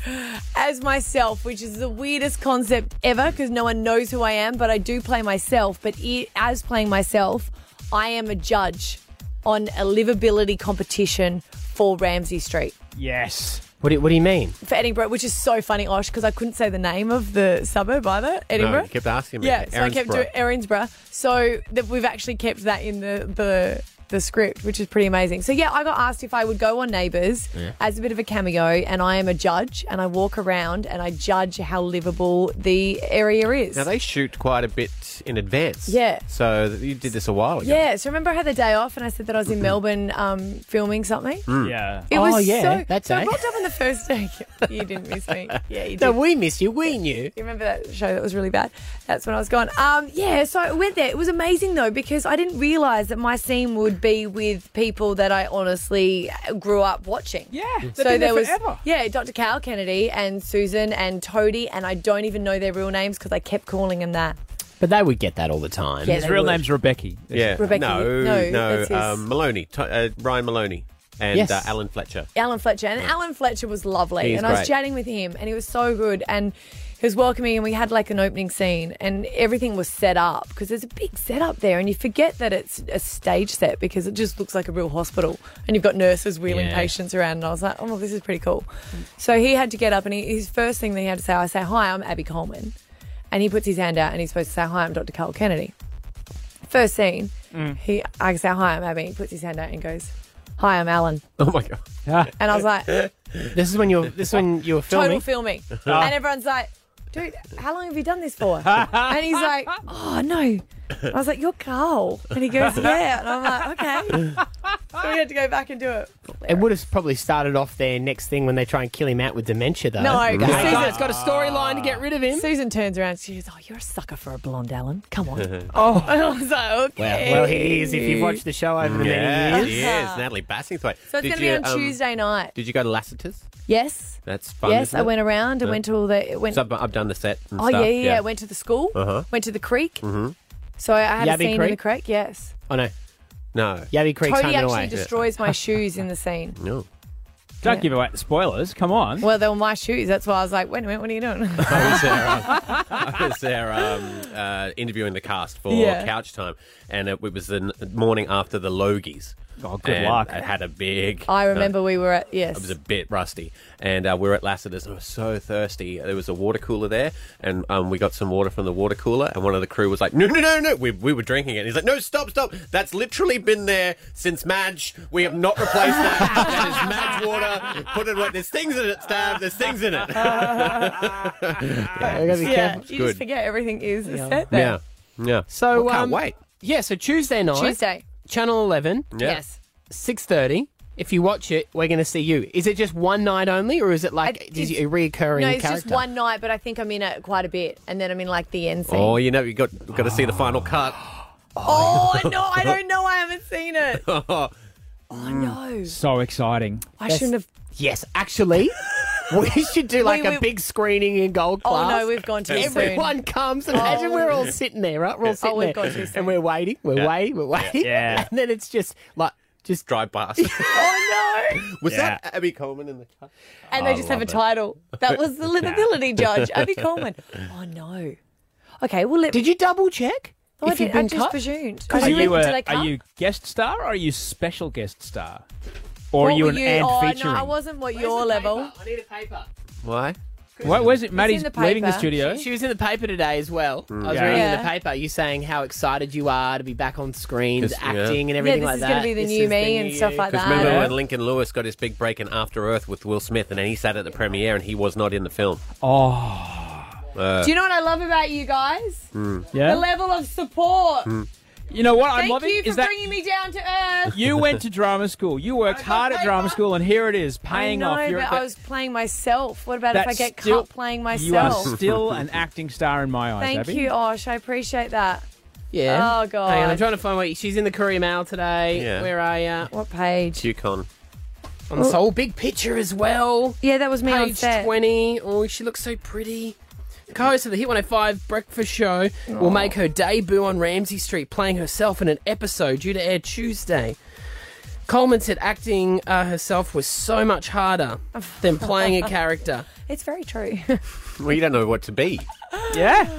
S3: As myself, which is the weirdest concept ever because no one knows who I am, but I do play myself. But i- as playing myself, I am a judge on a livability competition for Ramsey Street.
S5: Yes.
S6: What do, you- What do you mean?
S3: For Edinburgh, which is so funny, Osh, because I couldn't say the name of the suburb either. Edinburgh.
S4: No, you kept asking me.
S3: Yeah, so I kept
S4: Erinsborough.
S3: doing Erinsborough. So that we've actually kept that in the, the the script, which is pretty amazing. So yeah, I got asked if I would go on Neighbours
S23: Yeah.
S3: as a bit of a cameo, and I am a judge, and I walk around and I judge how livable the area is.
S4: Now they shoot quite a bit in advance.
S3: Yeah.
S4: So th- you did this a while ago.
S3: yeah, so remember I had the day off and I said that I was in Melbourne um, filming something?
S4: Mm.
S5: Yeah.
S3: It
S6: oh
S3: was
S6: yeah,
S3: so,
S6: that's
S3: so I
S6: it.
S3: rocked up on the first day. You didn't miss me. Yeah, you did.
S6: No, we missed you. We knew.
S3: You remember that show that was really bad? That's when I was gone. Um, yeah, so I went there. It was amazing though because I didn't realise that my scene would be with people that I honestly grew up watching. Yeah,
S23: they've
S3: so
S23: been there
S3: was
S23: forever.
S3: yeah, Dr. Cal Kennedy and Susan and Toadie, and I don't even know their real names because I kept calling them that.
S6: But they would get that all the time.
S3: Yeah, His they real would.
S5: name's Rebecca.
S4: Yeah.
S3: Rebecca,
S4: No,
S3: no,
S4: no.
S3: that's his-
S4: um, Maloney, T- uh, Ryan Maloney, and
S3: Yes.
S4: uh, Alan Fletcher.
S3: Alan Fletcher. And Alan Fletcher was lovely.
S4: He's
S3: and I was
S4: great.
S3: chatting with him and he was so good and he was welcoming and we had like an opening scene and everything was set up because there's a big setup there and you forget that it's a stage set because it just looks like a real hospital and you've got nurses wheeling
S23: Yeah.
S3: patients around and I was like, oh, this is pretty cool. So he had to get up and he, his first thing that he had to say, I say, hi, I'm Abby Coleman. And he puts his hand out and he's supposed to say, hi, I'm Dr. Carl Kennedy. First scene,
S4: Mm.
S3: he, I say, hi, I'm Abby. He puts his hand out and goes, hi, I'm Alan.
S4: Oh my god.
S3: And I was like,
S6: this is when you're. This is when you were filming.
S3: Total filming.
S6: Ah.
S3: and everyone's like, dude, how long have you done this for? and he's like, oh, no. I was like, you're Carl. And he goes, yeah. And I'm like, okay. so we had to go back and do it.
S6: It would have probably started off their next thing when they try and kill him out with dementia, though.
S3: No,
S6: They-
S3: because Susan-
S6: it's got a storyline to get rid of him.
S3: Susan turns around. She goes, oh, you're a sucker for a blonde, Alan. Come on.
S6: Oh.
S3: And I was like,
S6: Well,
S3: okay.
S6: well, he is if you've watched the show over the
S4: Yeah,
S6: many
S4: he
S6: years.
S4: is. Natalie Bassingthwaite.
S3: So it's
S4: Did
S3: going to be
S4: you,
S3: on
S4: um,
S3: Tuesday night.
S4: Did you go to Lassiter's?
S3: Yes.
S4: That's fun.
S3: yes,
S4: isn't
S3: I
S4: it?
S3: went around and
S4: Yeah.
S3: went to all the. It went,
S4: So I've, I've done the set. And
S3: oh,
S4: stuff.
S3: yeah, yeah, yeah. Went to the school.
S4: Uh huh.
S3: Went to the creek.
S4: Mm-hmm.
S3: So I had a
S4: Yabby
S3: scene in
S4: Creek?
S3: the creek, yes.
S6: Oh no.
S4: No.
S6: Yabby
S5: Creek's
S3: Tony
S5: home and
S3: actually
S5: away.
S3: destroys my shoes in the scene.
S4: No.
S5: Don't
S3: Yeah.
S5: give away the spoilers. Come on.
S3: Well, they were my shoes. That's why I was like, wait a minute, what are you doing?
S4: I was there. Um, I was there um, uh, interviewing the cast for
S3: Yeah.
S4: Couch Time, and it, it was the n- morning after the Logies. Oh,
S5: good luck.
S4: I had a big.
S3: I
S4: no,
S3: remember we were at,
S4: Uh, I
S3: yes.
S4: was a bit rusty, and uh, we were at Lassiter's, and I was so thirsty. There was a water cooler there, and um, we got some water from the water cooler. And one of the crew was like, "No, no, no, no!" We, we were drinking it. And he's like, "No, stop, stop! That's literally been there since Madge. We have not replaced that. that is Madge water. Put it. There's things in it, Stab. There's things in it."
S6: I gotta be
S3: yeah,
S6: careful.
S3: you
S4: Good.
S3: just forget everything is a
S4: Yeah,
S3: set there.
S4: yeah.
S6: So
S4: Well, can't
S6: um,
S4: wait.
S6: Yeah, so Tuesday night,
S3: Tuesday.
S6: Channel Eleven.
S4: Yeah. Yes.
S6: Six thirty. If you watch it, we're going to see you. Is it just one night only, or is it like is it a reoccurring
S3: No, it's
S6: character?
S3: just one night, but I think I'm in it quite a bit. And then I'm in like the end scene.
S4: Oh, you know, you got got to see the final cut.
S3: Oh, no, I don't know. I haven't seen it.
S4: oh
S3: no.
S5: Mm. So exciting.
S3: I shouldn't have.
S6: Yes, actually, we should do like
S3: We-
S6: a
S3: we-
S6: big screening in Gold
S3: Oh,
S6: Class.
S3: no, we've gone too soon.
S6: Everyone comes. and Imagine
S3: Oh.
S6: we're all sitting there, right? We're all
S3: Oh,
S6: sitting
S3: we've
S6: there,
S3: gone too
S6: and we're waiting, we're
S4: Yeah.
S6: waiting, we're
S4: Yeah.
S6: waiting.
S4: Yeah.
S6: and then it's just like just
S4: drive past.
S3: Oh,
S4: Was that Abby Coleman in the
S3: no.
S4: cut?
S3: And they
S4: I
S3: just have a
S4: love it.
S3: title. That was the livability judge, Abby Coleman. Oh, no. Okay, well, let
S6: Did you double check?
S3: Oh, I,
S6: if you've
S3: did, I
S6: been
S3: just
S6: cut?
S3: presumed.
S5: Are
S3: I
S5: you,
S3: reckon-
S5: a,
S3: did I
S5: are
S3: cut?
S5: you guest star or are you special guest star? Or
S3: What
S5: are you
S3: were
S5: an ad
S3: oh,
S5: featuring?
S3: No, I wasn't what your level.
S6: I need a paper.
S4: Why?
S5: Where, where's it? Maddie's
S6: in the
S5: leaving the
S6: paper.
S5: studio. Hmm.
S6: She, she was in the paper today as well. I was
S5: Yeah.
S6: reading in
S5: Yeah.
S6: the paper. You saying how excited you are to be back on screens,
S4: This- yeah.
S6: acting, and
S4: Yeah,
S6: everything
S3: this
S6: like
S3: is
S6: that.
S3: gonna be the new
S6: is
S3: me and
S6: new
S3: stuff like
S6: Because
S3: that.
S4: Remember
S6: remember
S4: when Lincoln Lewis got his big break in After Earth with Will Smith, and then he sat at the premiere and he was not in the film.
S5: Oh,
S4: Uh,
S3: Do you know what I love about you guys?
S4: mm.
S5: Yeah?
S3: The level of support.
S4: Hmm.
S5: You know what I'm
S3: Thank
S5: loving
S3: you for
S5: is that
S3: bringing me down to earth.
S5: you went to drama school. You worked hard at drama school, and here it is
S3: I
S5: paying
S3: know,
S5: off. You're
S3: but
S5: at
S3: I
S5: the-
S3: was playing myself. What about if I
S5: That's
S3: get
S5: still-
S3: caught playing
S5: You are
S3: myself?
S5: still an acting star in my eyes.
S3: Thank
S5: Abby.
S3: you, Osh. I appreciate that.
S6: Yeah.
S3: Oh god.
S6: Hang on, I'm trying to find where she's in the Courier Mail today.
S4: Yeah.
S6: Where are you?
S3: What page?
S4: QCon.
S6: On this whole big picture as well.
S3: Oh. Yeah, that was me on
S6: Page
S3: set.
S6: twenty. Oh, she looks so pretty. Co-host of the Hit 105 Breakfast Show will make her debut on Ramsey Street, playing herself in an episode due to air Tuesday. Coleman said acting uh, herself was so much harder than playing a character.
S3: It's very true.
S4: Well, you don't know what to be.
S5: Yeah.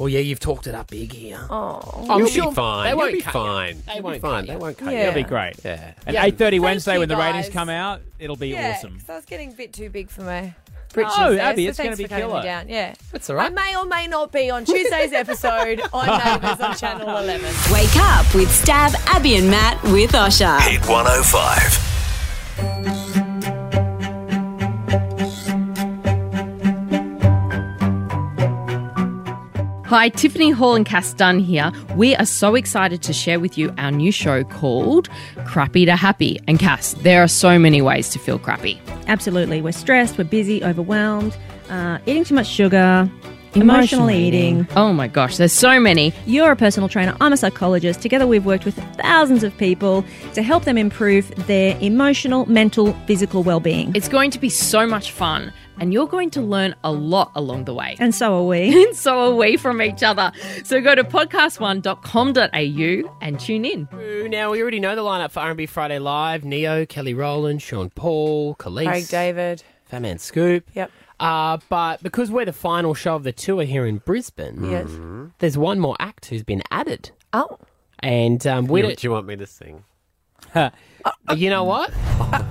S6: Oh yeah, you've talked it up big here.
S3: Oh,
S4: You'll
S6: sure
S4: be fine.
S6: they
S4: You'll
S6: won't
S4: be
S6: cut you.
S4: fine.
S6: They
S4: You'll
S6: won't
S4: be
S6: cut
S4: fine.
S6: you.
S4: They won't cut
S3: Yeah.
S4: you.
S5: It'll be great.
S4: Yeah.
S5: And
S3: Yeah.
S5: 8:30
S3: Thank
S5: Wednesday
S3: you,
S5: when the ratings
S3: guys.
S5: come out, ittle be
S3: yeah,
S5: awesome.
S3: 'cause I was getting a bit too big for my.
S5: No,
S3: britches there,
S5: Abby,
S3: so
S5: it's gonna
S3: thanks
S5: be
S3: for cutting me
S5: killer.
S3: Down. Yeah,
S5: That's all right.
S3: I may or may not be on Tuesday's episode on Neighbours on Channel Eleven.
S7: Wake up with Stab, Abby, and Matt with Osha.
S14: Hit 105.
S16: Hi, Tiffany Hall and Cass Dunn here. We are so excited to share with you our new show called Crappy to Happy. And Cass, there are so many ways to feel crappy.
S17: Absolutely. We're stressed, we're busy, overwhelmed, uh, eating too much sugar, emotional, eating.
S16: Oh my gosh, there's so many.
S17: You're a personal trainer, I'm a psychologist. Together, we've worked with thousands of people to help them improve their emotional, mental, physical well being.
S16: It's going to be so much fun, and you're going to learn a lot along the way.
S17: And so are we.
S16: And so are we from each other. So go to podcast1.com.au and tune in.
S6: Ooh, Now we already know the lineup for R&B Friday Live: Neo, Kelly Rowland, Sean Paul, Khalees,
S3: Craig David.
S6: Fat Man Scoop.
S3: Yep.
S6: Uh, but because we're the final show of the tour here in Brisbane,
S3: Yes.
S4: Mm-hmm.
S6: there's one more act who's been added.
S3: Oh.
S6: And um, we
S4: You-
S6: don't-
S4: do you want me to sing?
S6: you know what?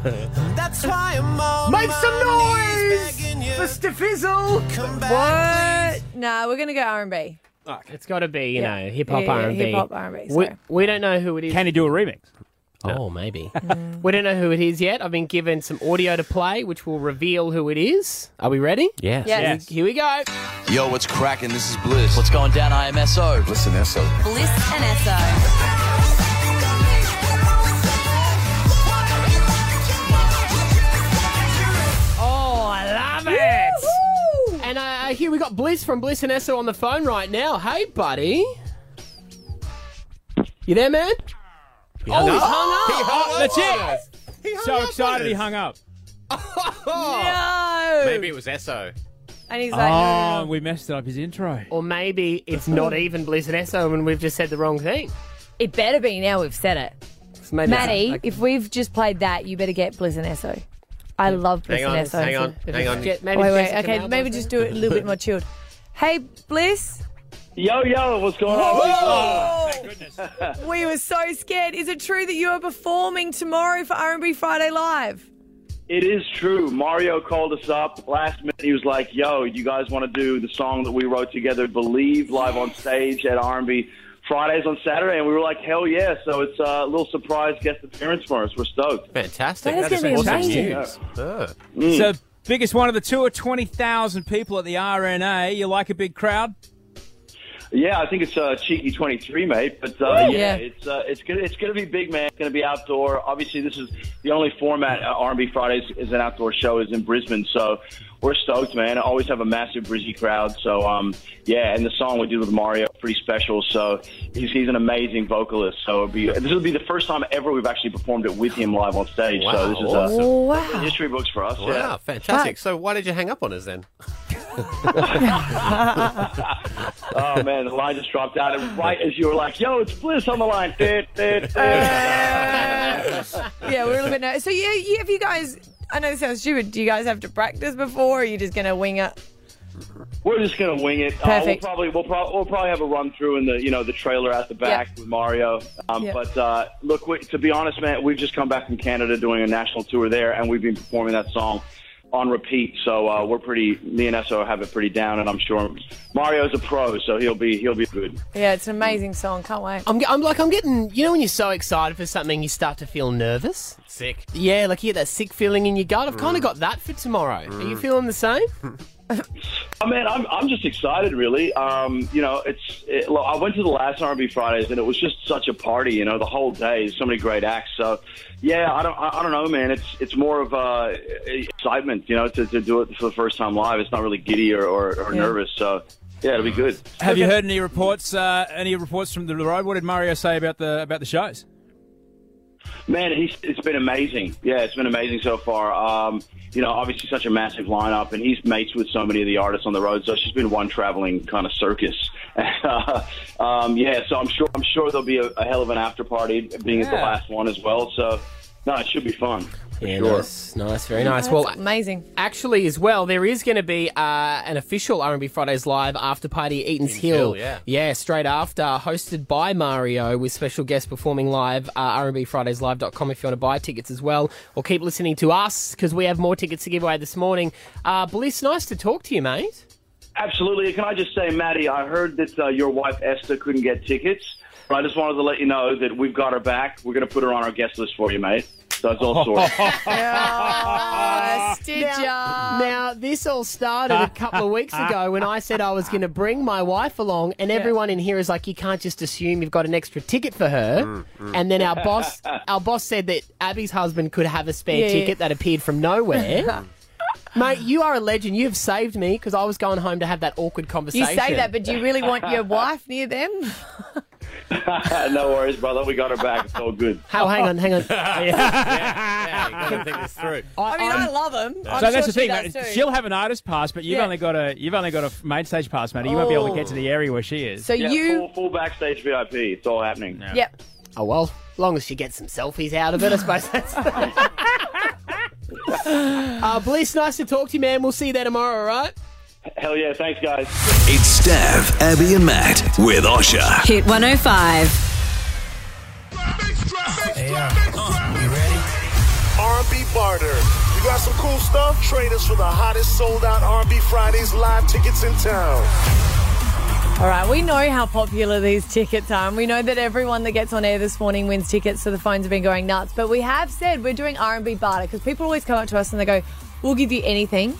S10: That's why I'm on
S6: Make
S10: my
S6: some
S10: knees begging you.
S3: What? Nah, we're gonna go R and B.
S6: It's got to be you
S3: Yeah.
S6: know hip hop
S3: Yeah, yeah,
S6: R and B.
S3: hip-hop R&B,
S6: We,
S3: sorry.
S6: we don't know who it is.
S5: Can he do a remix?
S6: Oh, maybe. we don't know who it is yet. I've been given some audio to play, which will reveal who it is. Are we ready?
S23: Yes.
S6: Yes. Here we go.
S23: Yo, what's cracking? This is Bliss. What's going down, IMSO? Listen, SO.
S7: Bliss and Esso.
S6: Oh, I love it. And uh, here we got Bliss from Bliss and Esso on the phone right now. Hey, buddy. You there, man? oh, he's hung up.
S5: He hung up on us. so
S6: up on
S5: excited he
S6: us.
S5: hung up.
S3: No.
S4: Maybe it was Esso.
S3: And he's
S5: Oh,
S3: like,
S5: and we messed up his intro.
S6: um, Or maybe it's not even Bliss and Esso and we've just said the wrong thing.
S3: It better be now we've said it.
S6: So maybe that's-
S3: Maddie,
S6: okay.
S3: if we've just played that, you better get Blizz and Esso. I love Blizz
S4: Hang on,
S3: and Esso.
S4: hang on, hang on.
S3: Get-
S6: Maybe
S3: wait, wait,
S6: Jessica
S3: okay,
S6: Malba
S3: maybe just do it a little bit more chilled. Hey, Bliss,
S22: Yo, yo, what's going on?
S3: Whoa!
S22: Thank goodness.
S3: we were so scared. Is it true that you are performing tomorrow for R&B Friday Live?
S22: it is true. Mario called us up last minute. He was like, yo, you guys want to do the song that we wrote together, Believe, live on stage at R&B Fridays on Saturday? And we were like, hell yeah. So it's uh, a little surprise guest appearance for us. We're stoked.
S4: Fantastic.
S22: That is
S4: That's
S22: gonna be
S4: awesome
S22: amazing.
S4: news. Uh,
S22: Mm.
S5: So biggest one of the tour, twenty thousand people at the RNA. You like a big crowd?
S22: Yeah, I think it's uh, cheeky twenty three, mate. But uh, yeah,
S5: Ooh. Yeah.
S22: it's uh, it's gonna it's gonna be big, man. It's gonna be outdoor. Obviously, this is the only format uh, R&B Fridays is an outdoor show is in Brisbane, so we're stoked, man. I always have a massive Brizzy crowd, so um, yeah. And the song we did with Mario pretty special. So he's he's an amazing vocalist. So it'll be this will be the first time ever we've actually performed it with him live on stage.
S4: Wow,
S22: so this is
S4: awesome.
S22: uh,
S4: Wow.
S22: history books for us.
S4: Wow,
S22: yeah.
S4: fantastic. So why did you hang up on us then?
S22: Oh man, the line just dropped out, and right as you were like, "Yo, it's Bliss on the line." Dit, dit, dit.
S3: Yeah, we're a little bit nervous. So yeah, yeah, if you guys, I know this sounds stupid, do you guys have to practice before or are you just going to wing it?
S22: We're just gonna wing it. Uh, we'll
S3: Perfect.
S22: probably we'll, pro- we'll probably have a run through in the you know the trailer at the back with Mario. Um,
S3: Yeah.
S22: But uh, look, we, to be honest, man, we've just come back from Canada doing a national tour there, and we've been performing that song on repeat. So uh, we're pretty. Me and Esso have it pretty down, and I'm sure Mario's a pro, so he'll be he'll be good.
S3: Yeah, it's an amazing song. Can't wait.
S6: I'm, ge- I'm like, I'm getting, you know, when you're so excited for something, you start to feel nervous.
S4: Sick. Mm.
S6: Yeah, like you get that sick feeling in your gut. I've kind of got that for tomorrow. Are you feeling the same?
S22: I mean, Oh, I'm, I'm just excited, really. Um, you know, it's it, look, I went to the last R&B Fridays, and it was just such a party. You know, the whole day, so many great acts. So, yeah, I don't, I, I don't know, man. It's it's more of uh, excitement, you know, to, to do it for the first time live. It's not really giddy or, or, or
S5: Yeah.
S22: nervous. So, yeah, it'll be good.
S5: Have you heard any reports? Uh, any reports from the road? What did Mario say about the about the shows?
S22: Man, he's, it's been amazing. Yeah, it's been amazing so far. Um, you know, obviously such a massive lineup, and he's mates with so many of the artists on the road, so it's just been one traveling kind of circus. um, yeah, so I'm sure I'm sure there'll be a, a hell of an after party, being at the
S6: Yeah.
S22: last one as well. So, no, it should be fun. for
S6: Yeah,
S22: sure.
S6: nice, nice, very nice. Well,
S3: amazing.
S6: Actually, as well, there is going to be uh, an official R&B Fridays Live after party at Eaton's
S4: Eaton's
S6: Hill.
S4: Hill, yeah.
S6: straight after, hosted by Mario with special guests performing live. Uh, RnBFridaysLive.com if you want to buy tickets as well, or keep listening to us because we have more tickets to give away this morning. Uh, Bliss, nice to talk to you, mate.
S22: Absolutely. Can I just say, Maddie, I heard that uh, your wife Esther couldn't get tickets, but I just wanted to let you know that we've got her back. We're going to put her on our guest list for you, mate. So it's all sorted.
S6: Now, now, this all started a couple of weeks ago when I said I was going to bring my wife along, and everyone in here is like, "You can't just assume you've got an extra ticket for her."
S3: Mm,
S6: And then our boss, our boss said that Abby's husband could have a spare
S24: Yeah, yeah.
S6: ticket that appeared from nowhere. Mate, you are a legend. You have saved me because I was going home to have that awkward
S3: You
S6: conversation.
S3: say that, but do you really want your wife near them?
S22: no worries, brother. We got her back. It's all good.
S6: How? Hang on, hang on. Oh,
S4: gotta think this through.
S3: I mean, I love them.
S5: So
S3: I'm
S5: that's
S3: sure
S5: the
S3: she
S5: thing.
S3: does
S5: mate.
S3: too.
S5: She'll have an artist pass, but you've
S3: Yeah.
S5: only got a you've only got a main stage pass, Matty. You won't be able to get to the area where she is.
S3: So
S22: Yeah,
S3: you-
S22: full, full backstage VIP. It's all happening.
S3: Yep.
S6: Oh well, as long as she gets some selfies out of it, I suppose that's. uh, Bliss, nice to talk to you, man. We'll see you there tomorrow, all right?
S22: Hell yeah! Thanks, guys.
S14: It's Stav, Abby, and Matt with Osha.
S7: Hit 105.
S13: R&B barter. You got some cool stuff? Trade us for the hottest sold out R&B Fridays live tickets in town.
S3: All right, we know how popular these tickets are, and we know that everyone that gets on air this morning wins tickets, so the phones have been going nuts. But we have said we're doing R&B barter because people always come up to us and they go, "We'll give you anything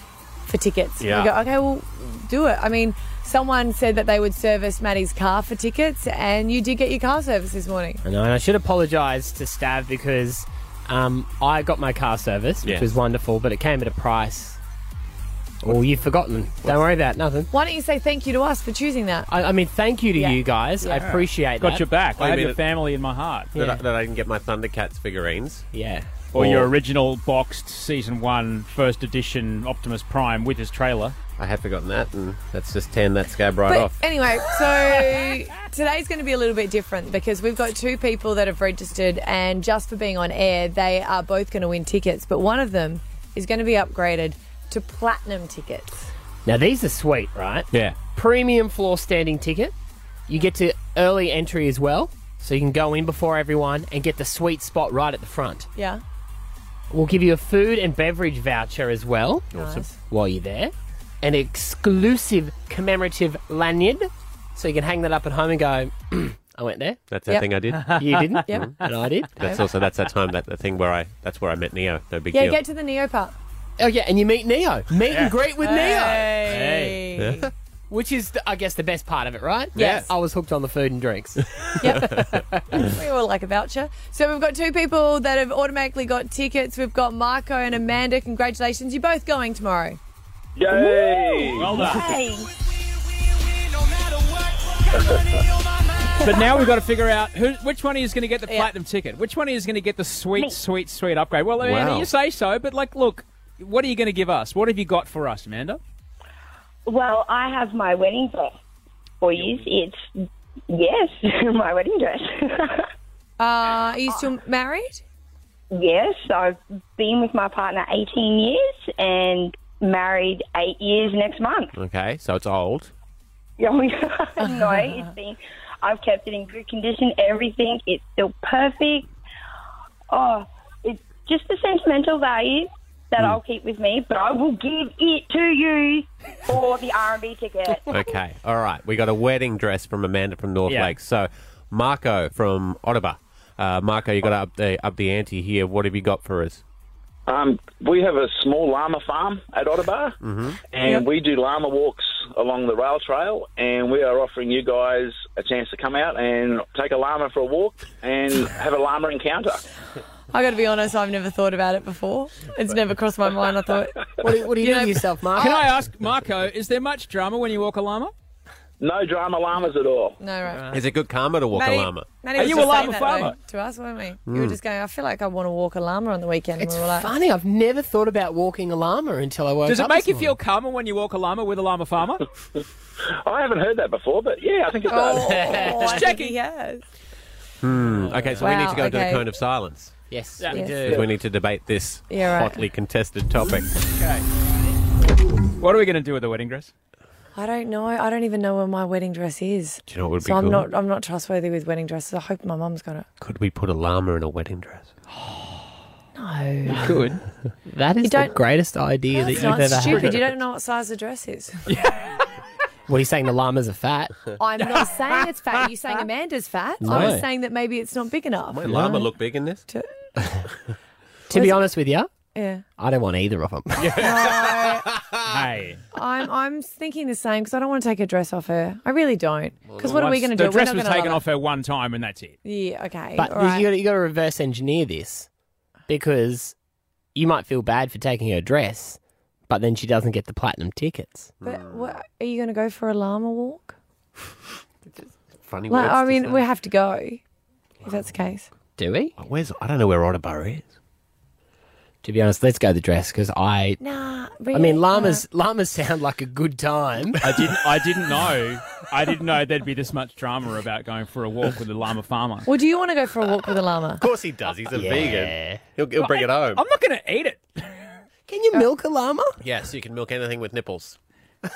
S3: for tickets."
S23: Yeah.
S3: We go, "Okay, well, do it." I mean, someone said that they would service Maddie's car for tickets, and you did get your car serviced this morning.
S6: I know, and I should apologise to Stav because um, I got my car service, which
S24: Yeah.
S6: was wonderful, but it came at a price. Oh, you've forgotten. Don't worry about it, nothing.
S3: Why don't you say thank you to us for choosing that?
S6: I, I mean, thank you to
S3: Yeah.
S6: you guys. I
S3: Yeah.
S6: appreciate
S5: Got
S6: that.
S5: your back. I
S4: Wait a
S5: have your
S4: minute.
S5: family in my heart.
S4: That, I, that I can get my Thundercats figurines.
S6: Yeah.
S5: Or your original boxed season one first edition Optimus Prime with his trailer.
S4: I have forgotten that, and let's just tan that scab right
S3: but
S4: off.
S3: anyway, so today's going to be a little bit different because we've got two people that have registered, and just for being on air, they are both going to win tickets. But one of them is going to be upgraded to platinum tickets.
S6: Now, these are sweet, right?
S5: Yeah.
S6: Premium floor standing ticket. You get to early entry as well, so you can go in before everyone and get the sweet spot right at the front.
S3: Yeah.
S6: We'll give you a food and beverage voucher as well.
S3: Awesome. Nice.
S6: While you're there, an exclusive commemorative lanyard, so you can hang that up at home and go. I went there.
S4: That's that thing I did. Mm.
S6: You didn't. Mm-hmm.
S3: Yep.
S6: And I did.
S4: That's also that's that time that the thing where I that's where I met Neo. No big
S3: yeah,
S4: deal.
S3: get to the Neo part.
S6: Oh yeah, and you meet Neo. Meet and greet with
S3: Hey.
S6: Neo.
S4: Hey. Yeah.
S6: Which is, the, I guess, the best part of it, right?
S3: Yes.
S6: I was hooked on the food and drinks.
S3: we all like a voucher. So we've got two people that have automatically got tickets. We've got Marco and Amanda. Congratulations, you're both going tomorrow.
S22: Yay!
S5: Well done. But now we've got to figure out who, which one is going to get the platinum ticket. Which one is going to get the sweet, sweet, sweet upgrade. Well, Amanda,
S11: Wow.
S5: you say so, but like, look, what are you going to give us? What have you got for us, Amanda?
S11: Well, I have my wedding dress for you. It's yes, my wedding dress.
S3: Uh, are you still married?
S11: yes, I've been with my partner 18 years and married eight years next month.
S4: Okay, so it's old.
S11: Yeah, we- no, it's been. I've kept it in good condition. Everything, it's still perfect. Oh, it's just the sentimental value that I'll keep with me, but I will give it to you for the R&B ticket.
S4: Okay. All right. We got a wedding dress from Amanda from North
S11: Yeah.
S4: Lake. So, Marco from Ottawa. Uh, Marco, you got to up the up the ante here. What have you got for us?
S22: Um, we have a small llama farm at Otterbar,
S4: Mm-hmm.
S22: and we do llama walks along the rail trail. And we are offering you guys a chance to come out and take a llama for a walk and have a llama encounter.
S3: I got to be honest, I've never thought about it before. It's never crossed my mind. I thought,
S6: what do, what do you
S3: do to yourself, Mark?
S5: Can I ask Marco? Is there much drama when you walk a llama?
S22: No drama llamas at all.
S3: No, right.
S4: Is it good karma to walk
S3: Matty-
S4: a llama?
S3: Matty
S5: Are
S3: was
S5: you
S3: just
S5: a llama
S3: saying that,
S5: farmer?
S3: though, To us, weren't we? You were
S4: Hmm.
S6: Mm.
S3: just going, I feel like I want to walk a llama on the weekend.
S6: It's
S3: and we were like,
S6: funny. I've never thought about walking a llama until I woke
S5: Does it
S6: up
S5: make
S6: this
S5: you feel calmer when you walk a llama with a llama farmer?
S22: I haven't heard that before, but yeah, I think it does.
S3: Oh, I think he has.
S4: Hmm. Okay, so we need
S3: Wow,
S4: to go to
S3: okay.
S4: the cone of silence.
S6: Yes,
S3: Yeah.
S6: we
S3: Yes.
S6: do.
S4: 'Cause We need to debate this
S3: Yeah, right.
S4: hotly contested topic.
S5: What are we going to do with the wedding dress?
S3: I don't know. I don't even know where my wedding dress is.
S4: Do you know what would
S3: so
S4: be
S3: I'm
S4: cool?
S3: not. I'm not trustworthy with wedding dresses. I hope my mum's got it.
S4: Could we put a llama in a wedding dress?
S3: No.
S6: Good. That is the
S3: don't-
S6: greatest idea that
S3: That's
S6: you've
S3: not
S6: ever
S3: stupid.
S6: had.
S3: You don't know what size the dress is.
S6: What are you saying? The llamas are fat.
S3: I'm not saying it's fat. You're saying Amanda's fat. I
S6: No.
S3: was saying that maybe it's not big enough.
S4: Might llama look big in this?
S6: to be honest with you,
S3: Yeah.
S6: I don't want either of them.
S5: hey.
S3: I'm I'm thinking the same because I don't want to take a dress off her. I really don't. Because what are we
S5: Once
S3: going to
S5: The
S3: do?
S5: dress
S3: We're
S5: was
S3: not going
S5: taken
S3: to.
S5: off her one time, and that's it.
S3: Yeah. Okay.
S6: But
S3: all right.
S6: you got you got to reverse engineer this because you might feel bad for taking her dress, but then she doesn't get the platinum tickets.
S3: But
S4: Mm.
S3: what, are you going to go for a llama walk?
S4: Funny
S3: Like,
S4: words
S3: I
S4: to
S3: mean,
S4: say. Oh.
S3: we have to go if that's the case.
S6: Do we?
S4: Where's I don't know where Otterbar is.
S6: To be honest, let's go the dress because I.
S3: Nah, Uh.
S6: I mean, llamas llamas sound like a good time.
S5: I didn't. I didn't know. I didn't know there'd be this much drama about going for a walk with a llama farmer.
S3: Well, do you want to go for a walk with a llama?
S4: Of course he does. He's a vegan. He'll, he'll bring it home.
S5: I'm not going to eat it.
S6: Can
S3: Uh.
S6: you milk a llama?
S4: Yes, you can milk anything with nipples.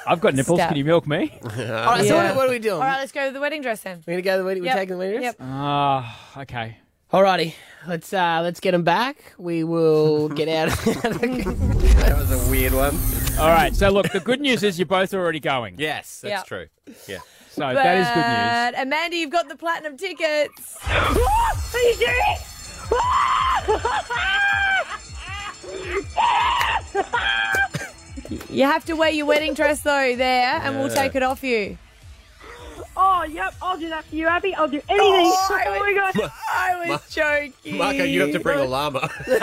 S5: I've got nipples.
S3: Stab.
S5: Can you milk me?
S6: All right, so
S3: Yeah.
S6: what, what are we doing?
S3: All right, let's go to the wedding dress then.
S6: We're gonna go to the wedding.
S3: Yep.
S6: We're taking the wedding dress.
S3: Yep.
S5: Ah, okay.
S6: Alrighty, let's uh, let's get them back. We will get out. of
S4: That was a weird one.
S5: All right. So look, the good news is you're both already going.
S4: Yes, that's
S3: Yeah.
S4: true. Yeah.
S5: So that is good news.
S3: But Amanda, you've got the platinum tickets.
S11: Are you serious?
S3: You have to wear your wedding dress though there, and we'll
S11: Yeah.
S3: take it off you.
S11: oh, yep, I'll do that for you, Abby. I'll do anything.
S3: Oh,
S11: Oh, my God.
S3: I was joking.
S4: Marco, you have to bring a llama.
S11: Oh
S6: no,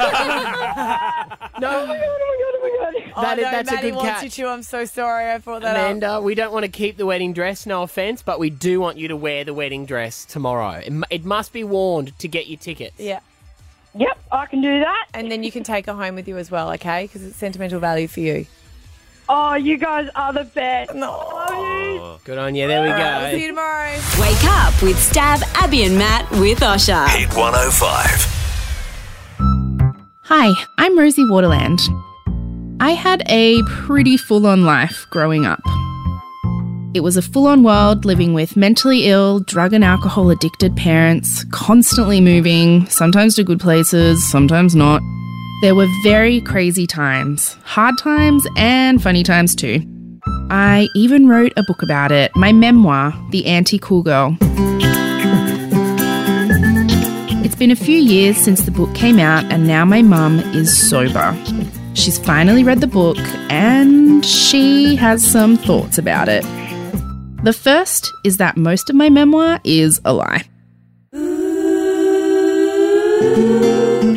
S3: oh,
S6: That is-
S3: no,
S6: that's a
S3: Maddie
S6: good
S3: wants
S6: catch.
S3: you to. I'm so sorry. I thought that up.
S6: Amanda, we don't want to keep the wedding dress. No offense, but we do want you to wear the wedding dress tomorrow. It, mu- it must be warned to get your tickets.
S3: Yeah.
S11: Yep, I can do that.
S3: And then you can take her home with you as well, okay? Because it's sentimental value for you.
S11: Oh, you guys are the best.
S6: Oh. Good on you. There we
S3: I'll
S6: go.
S3: see you tomorrow.
S7: Wake up with Stab, Abby and Matt with Osha.
S14: Hit 105.
S23: Hi, I'm Rosie Waterland. I had a pretty full on life growing up. It was a full on world living with mentally ill, drug and alcohol addicted parents, constantly moving, sometimes to good places, sometimes not. There were very crazy times, hard times, and funny times too. I even wrote a book about it, my memoir, The Anti Cool Girl. It's been a few years since the book came out, and now my mum is sober. She's finally read the book and she has some thoughts about it. The first is that most of my memoir is a lie.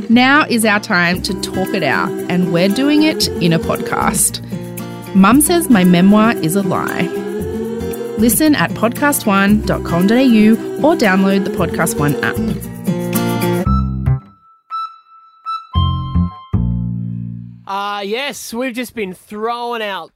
S23: Now is our time to talk it out, and we're doing it in a podcast. Mum says my memoir is a lie. Listen at podcast1.com.au or download the Podcast One app.
S6: Uh, yes, we've just been throwing out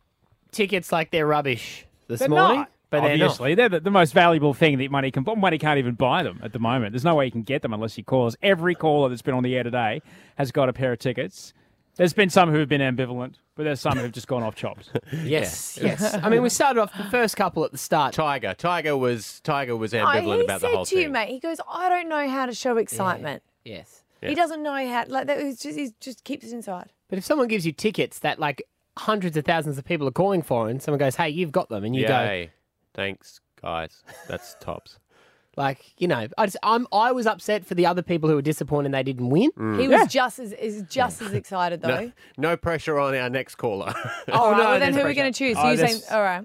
S6: tickets like they're rubbish this
S5: They're
S6: morning.
S5: not.
S6: But they're not.
S5: obviously, they're, the, the most valuable thing that money can. Money can't even buy them at the moment. There's no way you can get them unless you call us. Every caller that's been on the air today has got a pair of tickets. There's been some who have been ambivalent, but there's some who've just gone off chops.
S6: Yes, yes. I mean, we started off the first couple at the start.
S4: Tiger. Tiger was Tiger was
S3: Oh,
S4: ambivalent
S3: he
S4: about
S3: said
S4: the whole
S3: to
S4: thing.
S3: you, mate. He goes, I don't know how to show excitement.
S6: Yes.
S3: He doesn't know how. Like that, he's just, he just keeps it inside.
S6: But if someone gives you tickets that like hundreds of thousands of people are calling for, and someone goes, "Hey, you've got them," and you go,
S4: Yay. Thanks, guys. That's tops.
S6: like, you know, I just, I'm I was upset for the other people who were disappointed they didn't win.
S4: Mm.
S3: He was just as is just as excited though.
S4: No, no pressure on our next caller.
S3: All right, Oh, well, then who are we going to choose?
S4: Oh,
S3: you saying,
S4: there's-
S3: all right.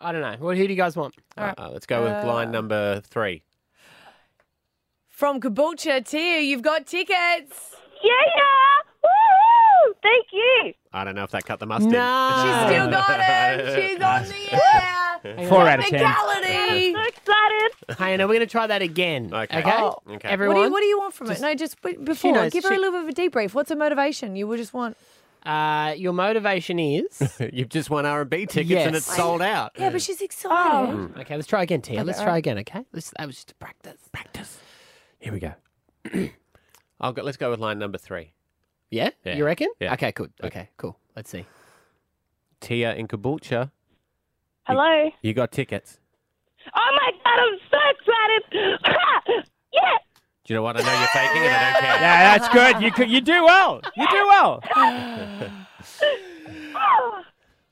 S6: I don't know. Well, who do you guys want?
S3: All right.
S4: Uh, let's go with line number three.
S3: From Caboolture Tia, you've got tickets.
S11: Yeah, Woo! Thank you.
S4: I don't know if that cut the mustard.
S11: No. She's still got
S4: it.
S11: She's
S4: on
S11: the
S4: air. Four out of ten.
S11: I'm
S3: Technicality.
S11: so excited.
S6: Hey, and are we going to try that again? Okay. Okay.
S3: Oh.
S6: Everyone.
S3: What do you, what do you want from
S6: Just-
S3: it? No, just b- before,
S6: knows,
S3: give her
S6: she-
S3: a little bit of a debrief. What's her motivation? You would just want.
S6: Uh, your motivation is
S4: You've just won R and B tickets and
S6: Yes. Mm.
S4: it's sold out.
S3: Yeah, but she's
S11: Oh.
S3: excited.
S6: Okay, let's try again, Tia.
S3: Okay,
S6: let's
S3: all
S6: try
S3: right.
S6: again, okay? Let's, that was just a practice. Practice. Here we go.
S4: I'll go, let's go with line number three.
S6: Yeah?
S4: Yeah.
S6: You reckon?
S4: Yeah.
S6: Okay, good. Okay, cool. Let's see.
S4: Tia in Caboolture,
S11: Hello.
S4: you got tickets.
S11: Oh my God, I'm so excited. Ha! yeah.
S4: Do you know what? I know you're faking it. I don't care.
S5: Yeah, that's good. You could, you do well. You do well.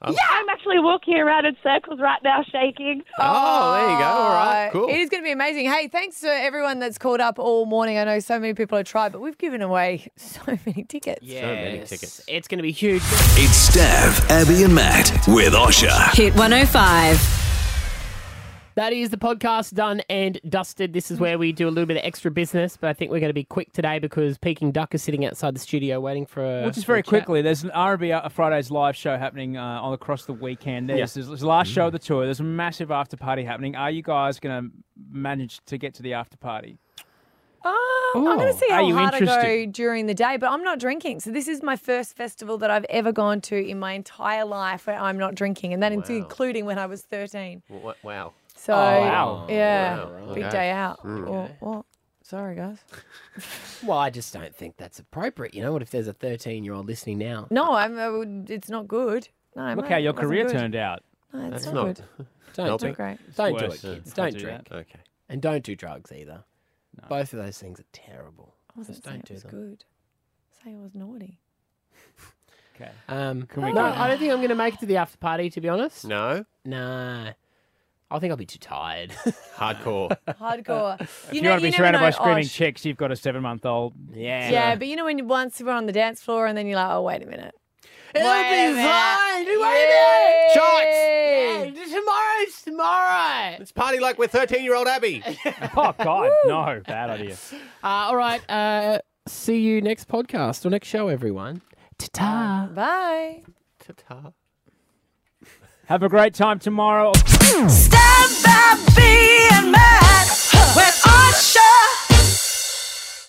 S11: Oh. Yeah, I'm actually walking around in circles right now, shaking.
S6: Oh,
S3: Uh, It is going to be amazing. Hey, thanks to everyone that's called up all morning. I know so many people have tried, but we've given away so many tickets.
S6: Yeah. tickets. It's going to be huge.
S14: It's Stav, Abby, and Matt with Osha.
S25: Hit 105.
S6: That is the podcast done and dusted. This is where we do a little bit of extra business, but I think we're going to be quick today because Peking Duck is sitting outside the studio waiting for a.
S5: Well, just very quickly, there's an RB uh, Fridays live show happening uh, all across the weekend. There's,
S4: Yeah.
S5: there's the
S6: Mm.
S5: last show of the tour. There's a massive after party happening. Are you guys going to manage to get to the after party?
S3: Um, I'm going
S5: Oh.
S3: to see
S5: Are
S3: how
S5: you
S3: hard I go
S5: interested?
S3: during the day, but I'm not drinking. So this is my first festival that I've ever gone to in my entire life where I'm not drinking, and that is including when I was 13.
S4: Wha- Wow.
S5: Oh,
S3: So
S6: Oh, wow.
S3: yeah,
S6: Wow, right.
S3: big
S6: Okay.
S3: day out.
S6: Mm.
S3: Well, well, sorry guys.
S6: Well, I just don't think that's appropriate. You know what? If there's a 13 year old listening now,
S3: No, I'm. I would, it's not good. No,
S5: Look
S3: mate,
S5: how your
S3: it wasn't
S5: career
S3: good.
S5: turned out.
S3: No, it's
S6: That's
S3: not,
S6: not-
S3: good.
S6: don't
S3: It's
S6: do
S3: not
S6: it.
S3: great.
S6: Don't
S5: It's
S6: do it,
S5: worse.
S6: kids.
S5: Don't
S6: Don't
S5: do
S6: drink.
S5: that.
S4: Okay.
S6: And don't do drugs either. Both of those things are terrible.
S3: I wasn't
S6: Just
S3: saying
S6: don't
S3: it
S6: do
S3: was
S6: them.
S3: good. Say I was naughty.
S5: Okay.
S6: Um,
S5: we
S6: no,
S5: go?
S6: I don't think I'm going to make it to the after party, to be honest.
S4: No.
S6: Nah. I think I'll be too tired.
S4: Hardcore.
S3: Hardcore.
S5: If you, want to be
S3: never
S5: surrounded by
S3: know,
S5: screaming
S3: Osh.
S5: chicks, you've got a seven month old.
S6: Yeah.
S3: Yeah, but you know when you, once we're on the dance floor and then you're like, oh wait a minute.
S6: It'll
S3: Wait a
S6: be
S3: minute.
S6: fine. Wait
S3: Yay.
S6: a minute. Shots. Yeah, tomorrow's tomorrow.
S4: It's party like we're 13 year old Abby.
S5: Oh, God. no, bad idea.
S6: Uh, all right. Uh, see you next podcast or next show, everyone. Ta ta.
S3: Bye.
S4: Ta-ta.
S5: Have a great time tomorrow.
S26: Stand by, be and mad. When